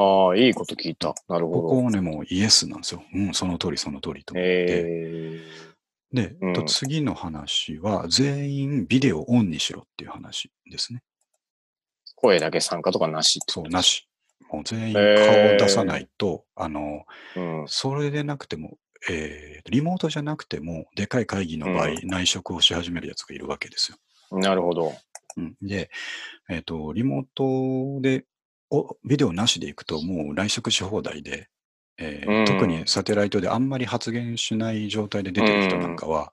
Speaker 1: ああ、いいこと聞いた。なる
Speaker 2: こ
Speaker 1: ほ
Speaker 2: こ
Speaker 1: ど。
Speaker 2: をね、もうイエスなんですよ。うん、その通り、その通りと思って。
Speaker 1: え
Speaker 2: で、えっと
Speaker 1: うん
Speaker 2: 次の話は、全員ビデオオンにしろっていう話ですね。
Speaker 1: ー、声だけ参加とかなしって
Speaker 2: そ
Speaker 1: こ
Speaker 2: う、
Speaker 1: と
Speaker 2: なし。もう全員顔を
Speaker 1: へー
Speaker 2: 出さないと、あの、
Speaker 1: うん。
Speaker 2: それでなくても、えーリモートじゃなくても、でかい会議の場合、
Speaker 1: う
Speaker 2: 内職をし始めるやつがいるわけですよ。
Speaker 1: なるほど。
Speaker 2: うん、で、えっ、と、リモートでお、ビデオなしで行くと、もう内職し放題で、えー
Speaker 1: うん
Speaker 2: 特にサテライトであんまり発言しない状態で出てる人なんかは、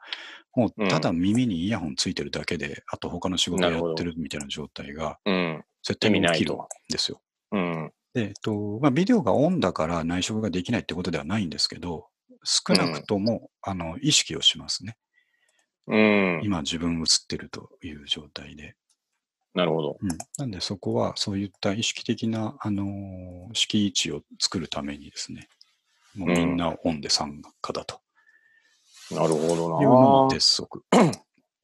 Speaker 2: もうただ耳にイヤホンついてるだけで、あと他の仕事
Speaker 1: な
Speaker 2: や
Speaker 1: るほど
Speaker 2: ってるみたいな状態が
Speaker 1: うん。
Speaker 2: 絶
Speaker 1: 意
Speaker 2: 対
Speaker 1: 味
Speaker 2: に起
Speaker 1: ない
Speaker 2: きるん
Speaker 1: と。
Speaker 2: ですよ。
Speaker 1: うん。
Speaker 2: で、えっと、まあ、ビデオがオンだから内職ができないってことではないんですけど、少なくとも、あの、意識をしますね。
Speaker 1: うん。
Speaker 2: 今自分映ってるという状態で。
Speaker 1: なるほど。
Speaker 2: うん、なんでそこはそういった意識的な、あのー敷地を作るためにですね、もうみんなオンで参加だと
Speaker 1: なるほどな。
Speaker 2: いうのが鉄則。
Speaker 1: うん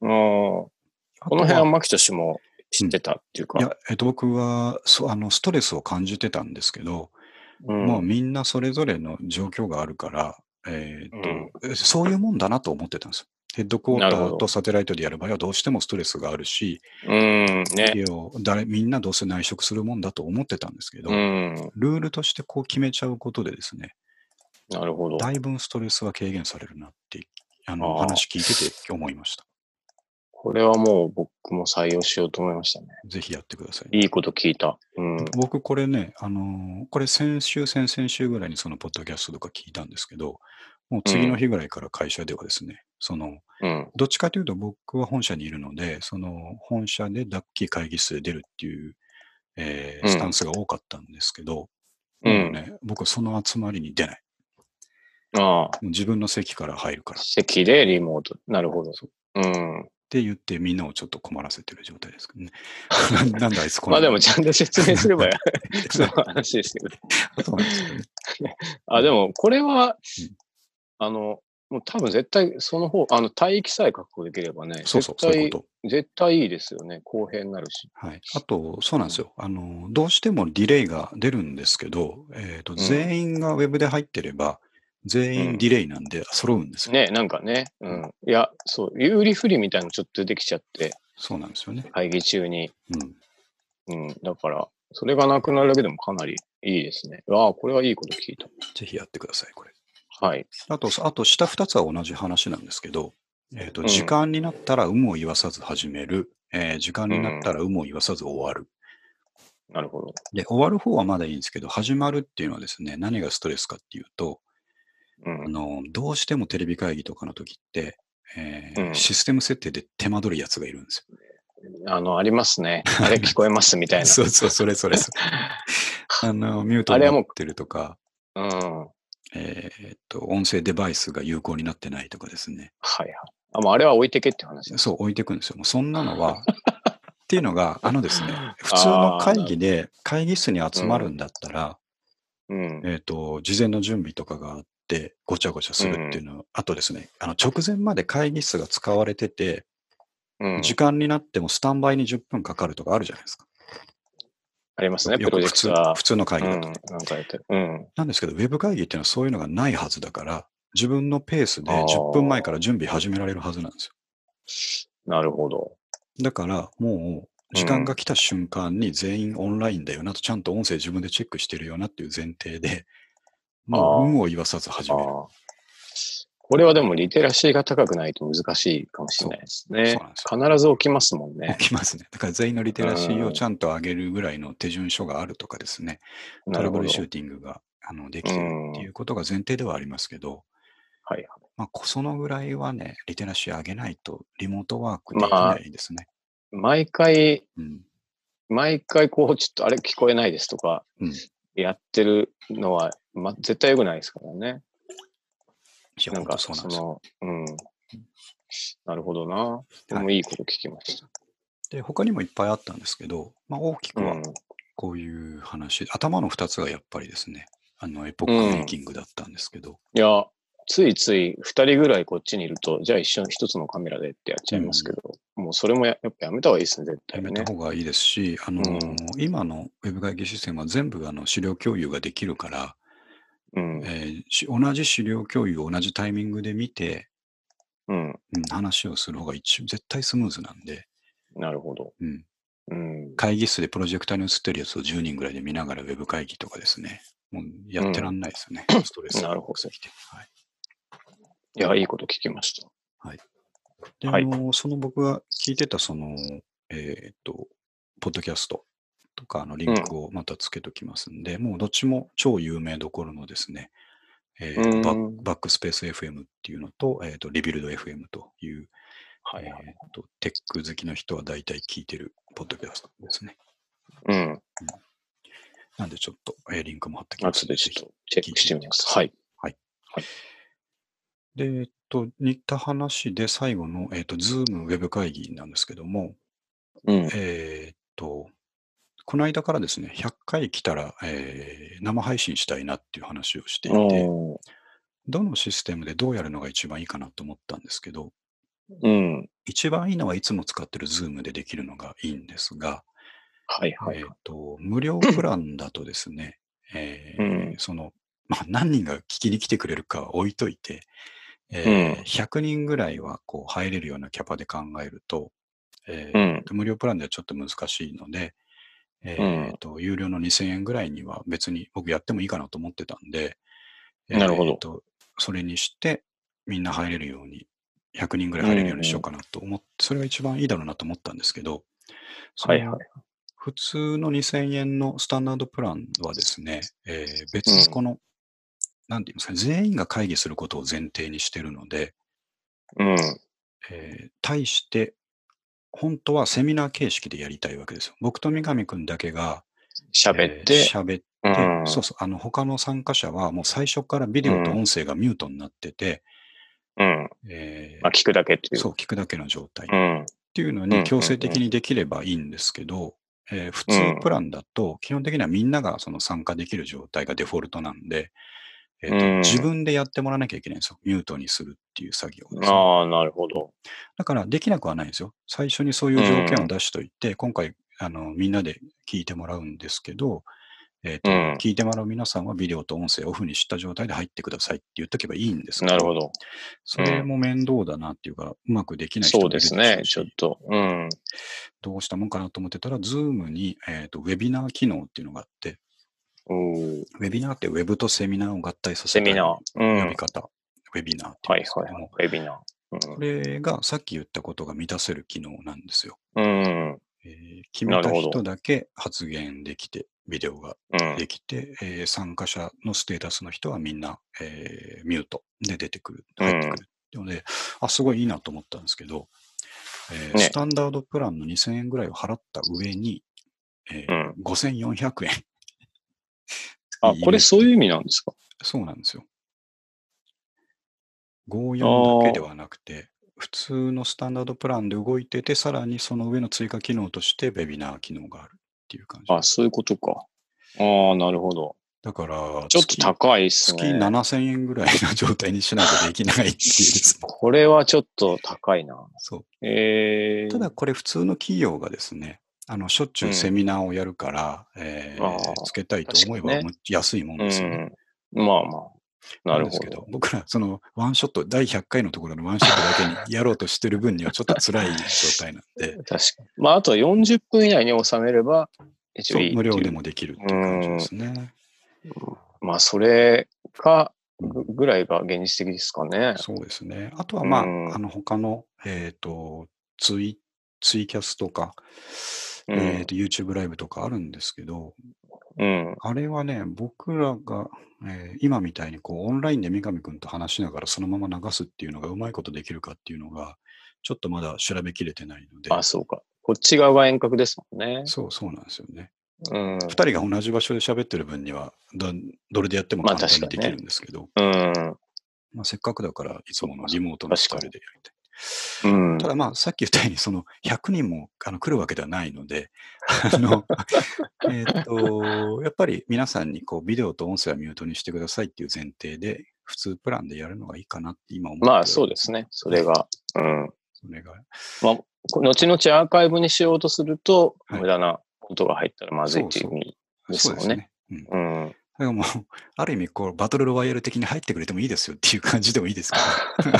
Speaker 1: この辺は牧田氏も知ってたっていう
Speaker 2: い
Speaker 1: か。
Speaker 2: や、えっと、僕はそうあのストレスを感じてたんですけど、
Speaker 1: うん
Speaker 2: もうみんなそれぞれの状況があるから、えーっと
Speaker 1: うん
Speaker 2: えそういうもんだなと思ってたんですよ。ヘッドクォータ
Speaker 1: なるほ
Speaker 2: ー
Speaker 1: ど
Speaker 2: とサテライトでやる場合はどうしてもストレスがあるし、
Speaker 1: うん、
Speaker 2: 医
Speaker 1: ね。
Speaker 2: 療誰みんなどうせ内職するもんだと思ってたんですけど、
Speaker 1: うん、
Speaker 2: ルールとしてこう決めちゃうことでですね、
Speaker 1: なるほど。
Speaker 2: だいぶストレスは軽減されるなって、あの、
Speaker 1: あー
Speaker 2: 話聞いてて思いました。
Speaker 1: これはもう僕も採用しようと思いましたね。
Speaker 2: ぜひやってください。
Speaker 1: いいこと聞いた。うん。
Speaker 2: 僕、これね、あのーこれ先週、先々週ぐらいにそのポッドキャストとか聞いたんですけど、もう次の日ぐらいから会社ではですね、その、
Speaker 1: うん。
Speaker 2: どっちかというと僕は本社にいるので、その本社でダッキー会議室で出るっていう、えー
Speaker 1: うん
Speaker 2: スタンスが多かったんですけど、
Speaker 1: うん
Speaker 2: もうね、僕その集まりに出ない。
Speaker 1: ああ、
Speaker 2: もう自分の席から入るからっ
Speaker 1: 席でリモート。なるほど。うん。
Speaker 2: て言ってみんなをちょっと困らせてる状態ですけどね。 ななんだあいつこん
Speaker 1: ま
Speaker 2: な
Speaker 1: あでも
Speaker 2: ち
Speaker 1: ちゃんと説明 すればその話ですけど。
Speaker 2: ょっとなんですけどね。
Speaker 1: あ、でもこれは
Speaker 2: うん、
Speaker 1: あの、もう多分絶対その方、あの、帯域さえ確保できればね、
Speaker 2: そうそう、そう
Speaker 1: 絶
Speaker 2: い
Speaker 1: 対
Speaker 2: うこと。
Speaker 1: 絶対いいですよね。公平になるし。
Speaker 2: はい、あと、そうなんですよあの。どうしてもディレイが出るんですけど、えーと
Speaker 1: ん
Speaker 2: 全員がウェブで入ってれば、全員ディレイなんで揃うんですよ。
Speaker 1: ね、なんかね。うん。いや、そう、有利不利みたいなのちょっと出てきちゃって、
Speaker 2: そうなんですよね。
Speaker 1: 会議中に。
Speaker 2: うん
Speaker 1: うん。だから、それがなくなるだけでもかなりいいですね。ああ、これはいいこと聞いた。
Speaker 2: ぜひやってください、これ。
Speaker 1: はい。
Speaker 2: あと、あと下2つは同じ話なんですけど、えーと
Speaker 1: うん
Speaker 2: 時間になったら有無を言わさず始める、えー時間になったら有無を言わさず終わる。
Speaker 1: なるほど。
Speaker 2: で、終わる方はまだいいんですけど、始まるっていうのはですね、何がストレスかっていうと、
Speaker 1: う
Speaker 2: あ
Speaker 1: ん。
Speaker 2: のどうしてもテレビ会議とかの時って、えー
Speaker 1: うん
Speaker 2: システム設定で手間取るやつがいるんですよ。
Speaker 1: あの、ありま すね。あれ聞こえますみたいな。
Speaker 2: そうそう、それそれ それ。あの、ミュート
Speaker 1: あれはも
Speaker 2: 持
Speaker 1: う
Speaker 2: ってるとか、
Speaker 1: うん。はい
Speaker 2: えーっと、音声デバイスが有効になってないとかですね。
Speaker 1: はい。あ、もうあれは置いてけって話です。
Speaker 2: そう、置いてくんですよ。もうそんなの は。っていうのが、あのですね、普通の会議で会議室に集まるんだったら、
Speaker 1: うん。
Speaker 2: えっ、と、事前の準備とかがあって、ごちゃごちゃするっていうのは、あとですね、あの直前まで会議室が使われてて、
Speaker 1: うん。
Speaker 2: 時間になってもスタンバイに10分かかるとかあるじゃないですか。
Speaker 1: ありますね、プ
Speaker 2: よ
Speaker 1: ロ
Speaker 2: く
Speaker 1: ジェ
Speaker 2: 普
Speaker 1: ク
Speaker 2: 通
Speaker 1: ター
Speaker 2: 普。通の会
Speaker 1: う
Speaker 2: 議だ
Speaker 1: ん。
Speaker 2: と、
Speaker 1: なんかやってる。うん。
Speaker 2: なんですけど、ウェブ会議っていうのはそういうのがないはずだから、自分のペースで
Speaker 1: あー
Speaker 2: 10分前から準備始められるはずなんですよ。
Speaker 1: なるほど。
Speaker 2: だから、もう、時間が来た瞬間に全員オンラインだよなと、ちゃんと音声自分でチェックしてるよなっていう前提で、もう、
Speaker 1: あー
Speaker 2: 運を言わさず始
Speaker 1: ああ
Speaker 2: める。。
Speaker 1: これはでもリテラシーが高くないと難しいかもしれないです
Speaker 2: そう
Speaker 1: ね
Speaker 2: なんで。すよ
Speaker 1: 必ず起きますもんね。
Speaker 2: 起きますね。だから全員のリテラシーをちゃんと上げるぐらいの手順書があるとかですね、
Speaker 1: な
Speaker 2: トラ
Speaker 1: る
Speaker 2: ブ
Speaker 1: ほ
Speaker 2: ル
Speaker 1: ど。
Speaker 2: シューティングがあのできてるっていうことが前提ではありますけど、
Speaker 1: はい。
Speaker 2: まあ、こそのぐらいはね、リテラシー上げないとリモートワークでき
Speaker 1: まあ
Speaker 2: ないですね。
Speaker 1: 毎回、
Speaker 2: うん、
Speaker 1: 毎回こう、ちょっとあれ聞こえないですとか
Speaker 2: うん、
Speaker 1: やってるのは、ま、絶対良くないですからね。
Speaker 2: いや
Speaker 1: なんか、
Speaker 2: 本当そうなん
Speaker 1: そ
Speaker 2: ですよ
Speaker 1: の、うん。なるほどな。でも
Speaker 2: はい
Speaker 1: いこと聞きました。
Speaker 2: で、他にもいっぱいあったんですけど、まあ、大きく
Speaker 1: う
Speaker 2: は
Speaker 1: ん。
Speaker 2: こういう話、頭の2つがやっぱりですね、あのエポックメイキングだったんですけど、
Speaker 1: いや、ついつい二人ぐらいこっちにいると、じゃあ一緒に一つのカメラでってやっちゃいますけど、もうそれもややっぱやめた方がいいですね、絶
Speaker 2: や
Speaker 1: 対
Speaker 2: め
Speaker 1: ね
Speaker 2: た。方がいいですし、あの
Speaker 1: うん
Speaker 2: 今のウェブ会議システムは全部あの資料共有ができるから、
Speaker 1: うん。
Speaker 2: えーし同じ資料共有を同じタイミングで見て、
Speaker 1: うん。
Speaker 2: うん話をする方が一絶対スムーズなんで、
Speaker 1: なるほど。
Speaker 2: うん
Speaker 1: うん。
Speaker 2: 会議室でプロジェクターに映ってるやつを10人ぐらいで見ながらウェブ会議とかですね、もうやってらんないですよね、ストレス
Speaker 1: な
Speaker 2: が
Speaker 1: るほ
Speaker 2: 多すぎて。はい
Speaker 1: いや、いいこと聞きました。
Speaker 2: で、
Speaker 1: はい
Speaker 2: あのその僕が聞いてた、その、えーっと、ポッドキャストとかのリンクをまたつけときますんで、もうどっちも超有名どころのですね、えーバ
Speaker 1: う
Speaker 2: ッ
Speaker 1: ん
Speaker 2: バックスペース FM っていうのと、えーっと、リビルド FM という、
Speaker 1: はい、
Speaker 2: えーっと、テック好きの人は大体聞いてるポッドキャストですね。
Speaker 1: うん。
Speaker 2: なんでちょっと、えーリンクも貼ってきます
Speaker 1: 後
Speaker 2: んで。
Speaker 1: で
Speaker 2: ぜ
Speaker 1: ち
Speaker 2: ひ
Speaker 1: ょっとチェックしてみます。はい。
Speaker 2: で、えっと、似た話で最後の、えっと、ズームウェブ会議なんですけども、
Speaker 1: うん。
Speaker 2: えーっと、この間からですね、100回来たら、えー生配信したいなっていう話をしていて、
Speaker 1: おー
Speaker 2: どのシステムでどうやるのが一番いいかなと思ったんですけど、
Speaker 1: うん。
Speaker 2: 一番いいのはいつも使ってる Zoom でできるのがいいんですが、
Speaker 1: はいはい
Speaker 2: えーっと、無料プランだとですね、えー
Speaker 1: うん
Speaker 2: その、まあ、何人が聞きに来てくれるかは置いといて、えー
Speaker 1: うん
Speaker 2: 100人ぐらいはこう入れるようなキャパで考えると、えー
Speaker 1: うん。
Speaker 2: 無料プランではちょっと難しいので、えーと有料の2000円ぐらいには別に僕やってもいいかなと思ってたんで、
Speaker 1: なるほど
Speaker 2: えーとそれにしてみんな入れるように、100人ぐらい入れるようにしようかなと思って、それが一番いいだろうなと思ったんですけど、そ
Speaker 1: は
Speaker 2: の
Speaker 1: いはい。
Speaker 2: 普通の2000円のスタンダードプランはですね、えー別にこの、なんて言いますかね、全員が会議することを前提にしてるので、
Speaker 1: うん。
Speaker 2: えー対して、本当はセミナー形式でやりたいわけですよ。僕と三上くんだけが
Speaker 1: 喋っ
Speaker 2: え
Speaker 1: て、
Speaker 2: ー喋って、
Speaker 1: うん。
Speaker 2: そうそう、あの、他の参加者はもう最初からビデオと音声がミュートになってて、
Speaker 1: うん。
Speaker 2: えー
Speaker 1: まあ、聞くだけっていう。
Speaker 2: そう、聞くだけの状態。
Speaker 1: うん。
Speaker 2: っていうの
Speaker 1: うんうん
Speaker 2: に強制的にできればいいんですけど、えー普通プランだと、基本的にはみんながその参加できる状態がデフォルトなんで、えーと
Speaker 1: うん
Speaker 2: 自分でやってもらわなきゃいけないんですよ。ミュートにするっていう作業をですね、
Speaker 1: ああ、なるほど。
Speaker 2: だからできなくはないんですよ。最初にそういう条件を出しといて、今回あのみんなで聞いてもらうんですけど、えーと
Speaker 1: うん
Speaker 2: 聞いてもらう皆さんはビデオと音声をオフにした状態で入ってくださいって言っとけばいいんですけど、
Speaker 1: なるほど。
Speaker 2: それも面倒だなっていうか、うまくできない人も
Speaker 1: そ
Speaker 2: い
Speaker 1: う
Speaker 2: る
Speaker 1: で
Speaker 2: し
Speaker 1: すね。ちょっと。うん。
Speaker 2: どうしたもんかなと思ってたら、Zoom に、えー、とウェビナー機能っていうのがあって、
Speaker 1: うん
Speaker 2: ウェビナーってウェブとセミナーを合体させ
Speaker 1: セ
Speaker 2: た
Speaker 1: ミナー。うん。
Speaker 2: 呼
Speaker 1: は
Speaker 2: び
Speaker 1: い
Speaker 2: 方、ウェビナーってい
Speaker 1: は
Speaker 2: うん
Speaker 1: い
Speaker 2: ですけども、
Speaker 1: はい。ウェビナー
Speaker 2: これがさっき言ったことが満たせる機能なんですよ。
Speaker 1: うん。うん。
Speaker 2: えー決めた
Speaker 1: なるほど
Speaker 2: 人だけ発言できて、ビデオが
Speaker 1: うん。
Speaker 2: できて、えー参加者のステータスの人はみんな、えーミュートで出てくる、
Speaker 1: うん
Speaker 2: 入ってくる。ので、あ、すごいいいなと思ったんですけど、えー
Speaker 1: ね
Speaker 2: スタンダードプランの2000円ぐらいを払った上に、えー
Speaker 1: うん
Speaker 2: 5400円。
Speaker 1: あ、これそう
Speaker 2: う。
Speaker 1: いう意味なんですか
Speaker 2: そうなんですよ。54だけではなくて、普通のスタンダードプランで動いてて、さらにその上の追加機能として、ウェビナー機能があるっていう感じ。
Speaker 1: あ、そういうことか。ああ、なるほど。
Speaker 2: だから、
Speaker 1: ちょっと高いっす
Speaker 2: 月
Speaker 1: ね。
Speaker 2: 7000円ぐらいの状態にしないとできない っていうですね
Speaker 1: これはちょっと高いな。
Speaker 2: そ
Speaker 1: え
Speaker 2: う。
Speaker 1: ー、
Speaker 2: ただこれ普通の企業がですね、あの、しょっちゅうセミナーをやるから、えー
Speaker 1: あー
Speaker 2: つけたいと思えば、
Speaker 1: 確かにね
Speaker 2: む安いもんですよね。
Speaker 1: うん。まあまあ。なる
Speaker 2: んで
Speaker 1: ほ
Speaker 2: すけど
Speaker 1: ど。、
Speaker 2: 僕ら、その、ワンショット、第100回のところのワンショットだけにやろうとしてる分にはちょっと辛い状態なん で、
Speaker 1: 確かに。まあ、あと40分以内に収めれば、一
Speaker 2: そ
Speaker 1: 応
Speaker 2: う
Speaker 1: いい
Speaker 2: 無料
Speaker 1: ってい
Speaker 2: で
Speaker 1: う
Speaker 2: もできるっていう感じですね。
Speaker 1: まあ、それか、
Speaker 2: うん
Speaker 1: ぐぐらいが現実的ですかね。
Speaker 2: そうですね。あとは、まあ、
Speaker 1: うん
Speaker 2: あの、他の、えっ、と、ツイ、ツイキャスとか、
Speaker 1: うん
Speaker 2: えっ、と、YouTube ライブとかあるんですけど、
Speaker 1: うん。
Speaker 2: あれはね、僕らが、えー今みたいにこうオンラインで三上君と話しながらそのまま流すっていうのがうまいことできるかっていうのが、ちょっとまだ調べきれてないので、
Speaker 1: あ、そうか。こっち側が遠隔ですもんね。
Speaker 2: そうそうなんですよね。
Speaker 1: うん。
Speaker 2: 二人が同じ場所で喋ってる分にはど、どれでやっても
Speaker 1: まあ
Speaker 2: 簡単に
Speaker 1: 確
Speaker 2: で
Speaker 1: か
Speaker 2: き
Speaker 1: にね
Speaker 2: るんですけど、ま
Speaker 1: うん。
Speaker 2: あせっかくだからいつものリモートのスタイルでやりたい。
Speaker 1: うん
Speaker 2: た。だまあ、さっき言ったように、その100人もあの来るわけではないので、あ の、えーっと、やっぱり皆さんにこう、ビデオと音声はミュートにしてくださいっていう前提で、普通プランでやるのがいいかなって今思って。
Speaker 1: まあ、そうですすね。それが。うん。
Speaker 2: それが。
Speaker 1: こ後々アーカイブにしようとすると、
Speaker 2: はい
Speaker 1: 無駄なことが入ったらまずいっていう意味です
Speaker 2: そう
Speaker 1: もん
Speaker 2: です
Speaker 1: ね。
Speaker 2: ね。うん。だ
Speaker 1: うん
Speaker 2: からもう、ある意味、こう、バトルロワイヤル的に入ってくれてもいいですよっていう感じでもいいですけ ど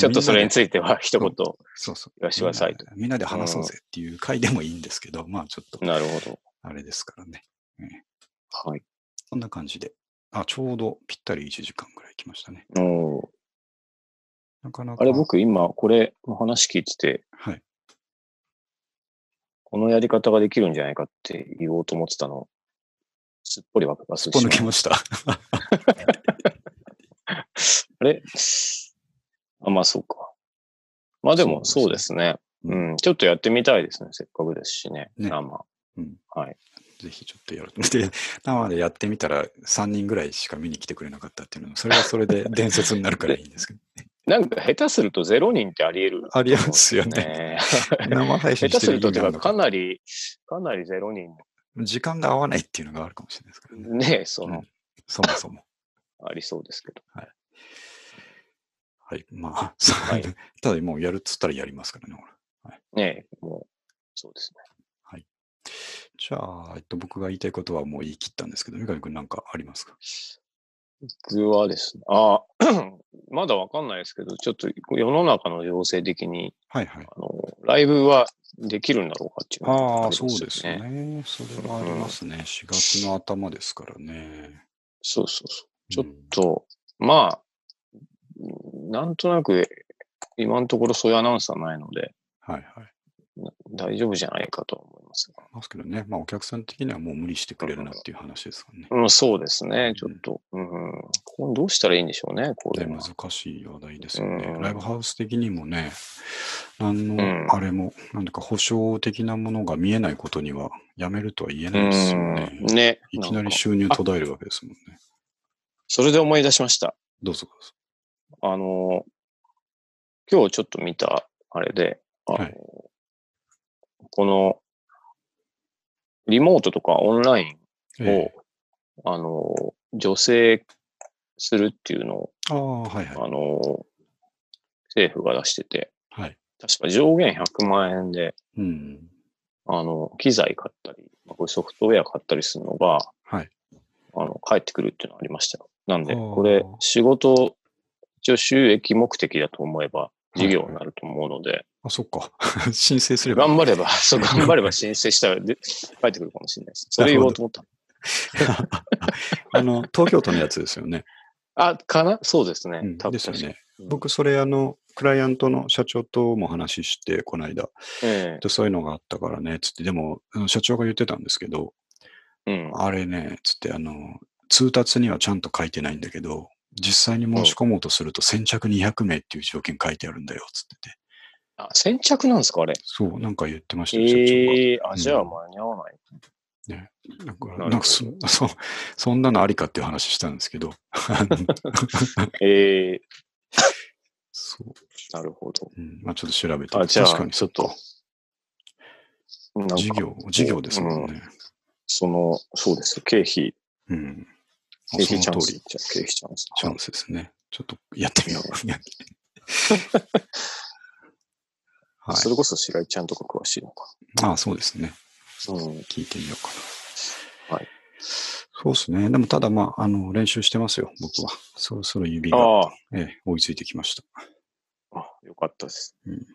Speaker 1: ちょっとそれに
Speaker 2: いて、
Speaker 1: ついては一言
Speaker 2: そうそう。
Speaker 1: 言わせてくださいと。
Speaker 2: みんなで話そうぜっていう回でもいいんですけど、 まあ、ちょっと、
Speaker 1: なるほど。
Speaker 2: あれですからね。
Speaker 1: はい。
Speaker 2: そんな感じで。あ、ちょうどぴったり1時間ぐらい来ましたね。
Speaker 1: うん
Speaker 2: なかなか。
Speaker 1: あれ、僕今これの話聞いてて、
Speaker 2: はい。
Speaker 1: このやり方ができるんじゃないかって言おうと思ってたの、すっぽり忘れ
Speaker 2: ここ抜
Speaker 1: て
Speaker 2: け
Speaker 1: しまう
Speaker 2: ました。
Speaker 1: あれあ、まあそうか。まあでも
Speaker 2: そ
Speaker 1: そうう
Speaker 2: で
Speaker 1: ですね。
Speaker 2: う
Speaker 1: うんん、ちょっとやってみたいですね。せっかくですしね。
Speaker 2: ね
Speaker 1: 生。
Speaker 2: うん
Speaker 1: はい。
Speaker 2: ぜひちょっとやると。で、生でやってみたら3人ぐらいしか見に来てくれなかったっていうのも、それはそれ で伝説になるからいいんですけど。
Speaker 1: なんか下手すると0人ってあり得る。
Speaker 2: ありえますよね。
Speaker 1: ね。
Speaker 2: 生配信
Speaker 1: 下手
Speaker 2: し
Speaker 1: す
Speaker 2: て
Speaker 1: る
Speaker 2: る
Speaker 1: と
Speaker 2: と
Speaker 1: て
Speaker 2: で
Speaker 1: か、
Speaker 2: は
Speaker 1: かなり、かなりゼロ人、
Speaker 2: 時間が合わないっていうのがあるかもしれないですからね。
Speaker 1: ね、その、
Speaker 2: そもそも。
Speaker 1: ありそうですけど。
Speaker 2: はい。まあ、そう
Speaker 1: はい
Speaker 2: ただもうやるっつったらやりますからね。ほら
Speaker 1: ね、もう、そうですね。
Speaker 2: じゃあ、えっと、僕が言いたいことはもう言い切ったんですけど、三上君なんかありますか
Speaker 1: 僕はですね、あ、 まだわかんないですけど、ちょっと世の中の要請的に、
Speaker 2: はいはい。
Speaker 1: あの、ライブはできるんだろうかっていうのが
Speaker 2: あ
Speaker 1: り
Speaker 2: あ、
Speaker 1: ます
Speaker 2: そ
Speaker 1: よ
Speaker 2: うです。ね。それはありますね。4月の頭ですからね。
Speaker 1: そうそうそう。ちょっ
Speaker 2: うん
Speaker 1: と、まあ、なんとなく、今のところそういうアナウンスはないので、
Speaker 2: はいはい。
Speaker 1: な大丈夫じゃないかとは思いますが。
Speaker 2: ますけどね、まあお客さん的にはもう無理してくれるなっていう話ですからね。
Speaker 1: うん、そうです
Speaker 2: うん
Speaker 1: ね。ちょっと、うん、これどうしたらいいんでしょうね、これ
Speaker 2: で
Speaker 1: は。
Speaker 2: 難しい話題ですよね、
Speaker 1: うん
Speaker 2: ライブハウス的にもね、何
Speaker 1: うん
Speaker 2: のあれも、なんだか保証的なものが見えないことには、やめるとは言え
Speaker 1: う
Speaker 2: ないですよね。
Speaker 1: ん、ね。
Speaker 2: いきな
Speaker 1: なん
Speaker 2: り
Speaker 1: か
Speaker 2: 収入途絶えるわけですもんね。
Speaker 1: それで思い出しました。
Speaker 2: どうぞどうぞ。
Speaker 1: あの、今日ちょっと見た、あれで、あの
Speaker 2: はい
Speaker 1: この、リモートとかオンラインを、
Speaker 2: ええ
Speaker 1: あの、助成するっていうのを、
Speaker 2: ああ、はいはい。
Speaker 1: あの、政府が出してて、
Speaker 2: はい。
Speaker 1: 確か上限100万円で、
Speaker 2: うん。
Speaker 1: あの、機材買ったり、まあこういうソフトウェア買ったりするのが、
Speaker 2: はい。
Speaker 1: あの、返ってくるっていうのがありましたよ。なんで、
Speaker 2: あー
Speaker 1: これ、仕事、一応収益目的だと思えば、事業になると思うので、
Speaker 2: あ、そっか。 申請すれば。
Speaker 1: 頑張れ ば、 そう、頑張れば申請したら、で、返ってくるかもしれないです。それ言おうと思った。
Speaker 2: あの、東京都のやつですよね。
Speaker 1: あ、かなそうですね
Speaker 2: う。ん
Speaker 1: 多分
Speaker 2: ですよね。。
Speaker 1: うん
Speaker 2: 僕、それ、あの、クライアントの社長とも話して、この間、
Speaker 1: え
Speaker 2: でそういうのがあったからね、つって、でも、あの社長が言ってたんですけど、
Speaker 1: え。うん。
Speaker 2: あれね、つって、あの、通達にはちゃんと書いてないんだけど、実際に申し込もうとすると先着200名っていう条件書いてあるんだよ、つってて。
Speaker 1: あ、先着なんですか、あれ。
Speaker 2: そう、なんか言ってましたよ、社長が。
Speaker 1: ええ
Speaker 2: う
Speaker 1: あ、
Speaker 2: ん
Speaker 1: じゃあ間に合わない。
Speaker 2: なんか、
Speaker 1: なるほど
Speaker 2: なんかそそそんなのありかっていう話したんですけど、 あの
Speaker 1: ええ
Speaker 2: そう、
Speaker 1: なるほど。
Speaker 2: うんまあ、ちょっと調べて、
Speaker 1: あ、じゃあ、
Speaker 2: 確かに
Speaker 1: ちょっと、なんか、
Speaker 2: 事業、事業ですもんね。
Speaker 1: その、そうですよ。経費、
Speaker 2: うん。
Speaker 1: 経費チ
Speaker 2: そ
Speaker 1: ャ
Speaker 2: の
Speaker 1: ン
Speaker 2: 通
Speaker 1: ス。
Speaker 2: り、
Speaker 1: じゃあ経費チャンス。
Speaker 2: チャンスですね。ちょっとやってみよう。 は
Speaker 1: そ
Speaker 2: い。
Speaker 1: れこそ白井ちゃんとか詳しいのか。
Speaker 2: ああ、そうですね。
Speaker 1: うん。
Speaker 2: 聞いてみようかな。
Speaker 1: はい。
Speaker 2: そうですね。でも、ただ、まあ、あの、練習してますよ、僕は。そろそろ指が、
Speaker 1: あ
Speaker 2: ええ、追いついてきました。
Speaker 1: ああ、よかったです。
Speaker 2: うん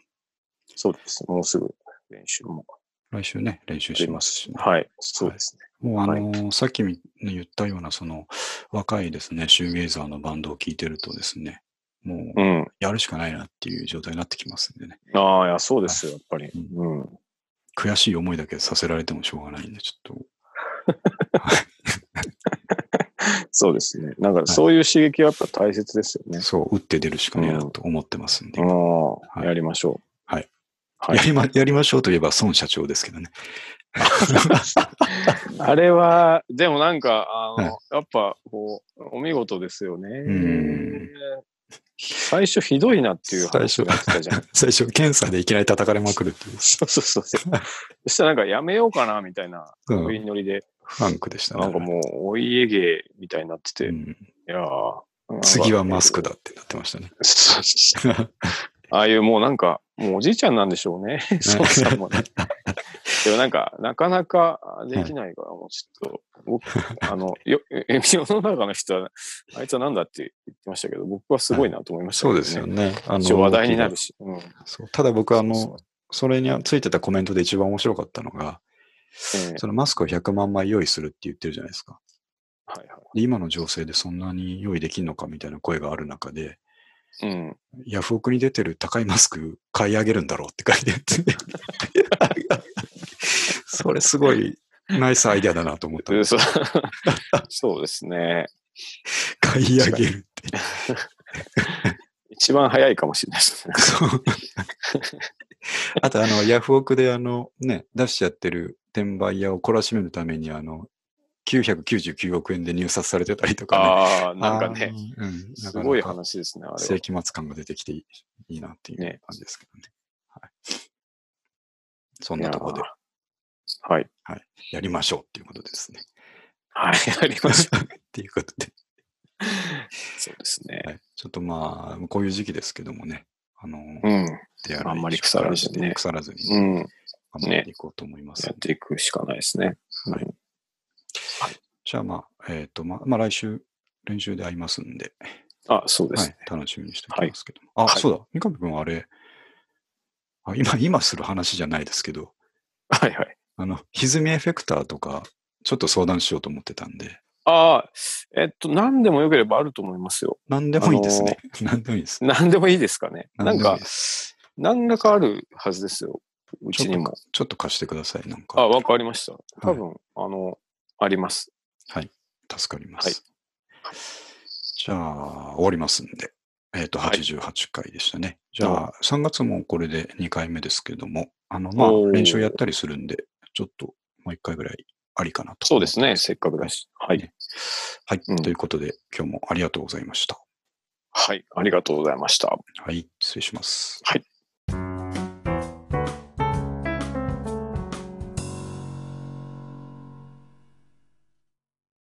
Speaker 1: そうです。もうすぐ練習も
Speaker 2: 来週ね、練習
Speaker 1: あ
Speaker 2: し
Speaker 1: り
Speaker 2: ま
Speaker 1: ますす
Speaker 2: し
Speaker 1: し、
Speaker 2: ね、
Speaker 1: はい。そうですね。
Speaker 2: もうあ
Speaker 1: は
Speaker 2: のーさっきみ言ったような、その、若いですね、シューゲイザーのバンドを聴いてるとですね、もう、やるしかないなっていう状態になってきますんでね、
Speaker 1: うん。ああ、いや、そうですよ、やっぱり。うん。
Speaker 2: 悔しい思いだけさせられてもしょうがないんで、ちょっ
Speaker 1: そうですね。なんか、そういう刺激はやっぱ大切ですよね
Speaker 2: と、。そう、打って出るしかねえなと思ってますんで、
Speaker 1: あ
Speaker 2: は
Speaker 1: あ、
Speaker 2: い
Speaker 1: やりましょう。
Speaker 2: はい。
Speaker 1: はい
Speaker 2: や。りま、やりましょうといえば、孫社長ですけどね。
Speaker 1: あれは、でもなんか、あの、
Speaker 2: はい
Speaker 1: やっぱ、こう、お見事ですよね。
Speaker 2: ん
Speaker 1: 最初ひどいなっていう話
Speaker 2: 最初
Speaker 1: になってたじゃん。
Speaker 2: 最初、検査でいきなり叩かれまくるっていう、
Speaker 1: そうそうそうそう。そしたらなんかやめようかな、みたいな、
Speaker 2: う
Speaker 1: そうい
Speaker 2: ん
Speaker 1: うノリで、
Speaker 2: フランクでしたね。
Speaker 1: なんかもう、お家芸みたいになってて、
Speaker 2: う
Speaker 1: い
Speaker 2: ん
Speaker 1: やー
Speaker 2: 次はマスク。だってなってましたね。
Speaker 1: そうそうそう ああいうもうなんか、もうおじいちゃんなんでしょうね。そうさんもね。でもなんか、なかなかできないから、もうちょっと、 僕、あの、よ、え世の中の人は、あいつはなんだって言ってましたけど、僕はすごいなと思いました
Speaker 2: そ
Speaker 1: けど
Speaker 2: う
Speaker 1: ね、
Speaker 2: ですよね。あ
Speaker 1: 一応話題になるし。うん。
Speaker 2: そうただ僕、あ
Speaker 1: そうそ
Speaker 2: の、それについてたコメントで一番面白かったのが、
Speaker 1: ええ
Speaker 2: そのマスクを100万枚用意するって言ってるじゃないですか。
Speaker 1: はいは
Speaker 2: で今の情勢でそんなに用意できるのかみたいな声がある中で、
Speaker 1: い。うん。
Speaker 2: ヤフオクに出てる高いマスク買い上げるんだろうって書いてあって。 それすごいナイスアイデアだなと思ったん
Speaker 1: で
Speaker 2: です。
Speaker 1: そうそうですね。
Speaker 2: 買い上げ るって。
Speaker 1: 一番早いかもしれないですね。
Speaker 2: そう。あと、あの、ヤフオクであの、ね、出しちゃってる転売屋を懲らしめるために、あの、999億円で入札されてたりとかね。
Speaker 1: ああ、なんかね、
Speaker 2: あー、うん、
Speaker 1: すごい
Speaker 2: なかなか
Speaker 1: 話ですね、あれ
Speaker 2: 世
Speaker 1: は。
Speaker 2: 紀末感が出てきていいいいなっていう
Speaker 1: ね
Speaker 2: 感じですけどね。はい、そんなところで
Speaker 1: いやーはい。
Speaker 2: やりましょうっていうことですね。
Speaker 1: はい、あります。
Speaker 2: っていうことで、
Speaker 1: そうですね。
Speaker 2: はいちょっとまあ、こういう時期ですけどもね、あの、
Speaker 1: うん。
Speaker 2: 手洗い
Speaker 1: あんまり腐らずにね
Speaker 2: 腐らずに、
Speaker 1: うん。
Speaker 2: 頑張っていこうと思います
Speaker 1: や
Speaker 2: ん
Speaker 1: っ
Speaker 2: で、
Speaker 1: ていくしかないですね。
Speaker 2: はいじゃあまあ、えっ、と、まあ、まあ、来週練習で会いますんで、
Speaker 1: あ、そうです、ね
Speaker 2: はい、楽しみにしておきますけども。あ、
Speaker 1: はい
Speaker 2: そうだ。三上君はあれあ、今、今する話じゃないですけど、
Speaker 1: はい、はいはい
Speaker 2: あの、歪みエフェクターとか、ちょっと相談しようと思ってたんで、
Speaker 1: ああ、えっと、何でもよければあると思いますよ。
Speaker 2: 何でもいいですね。 何でもいいです。
Speaker 1: 何でもいいですかね。な
Speaker 2: 何
Speaker 1: ん
Speaker 2: でもいい
Speaker 1: か
Speaker 2: で、す
Speaker 1: 何らかあるはずですよ。うちにも。
Speaker 2: ちょっと貸してください。なん
Speaker 1: あ、
Speaker 2: か、
Speaker 1: わかりました。多分、あの、あります。
Speaker 2: 助かりま
Speaker 1: はい
Speaker 2: す。じゃあ、終わりますんで。えっ、と、
Speaker 1: はい
Speaker 2: 88回でしたね。じゃあ、3月もこれで2回目ですけども、あの、まあ
Speaker 1: お、ー
Speaker 2: 練習やったりするんで、ちょっともう1回ぐらいありかなと。
Speaker 1: そうですね。。せっかくだし。はい。
Speaker 2: はい。
Speaker 1: うん
Speaker 2: ということで、今日もありがとうございました。
Speaker 1: はい。ありがとうございました。
Speaker 2: はい。失礼します。
Speaker 1: はい。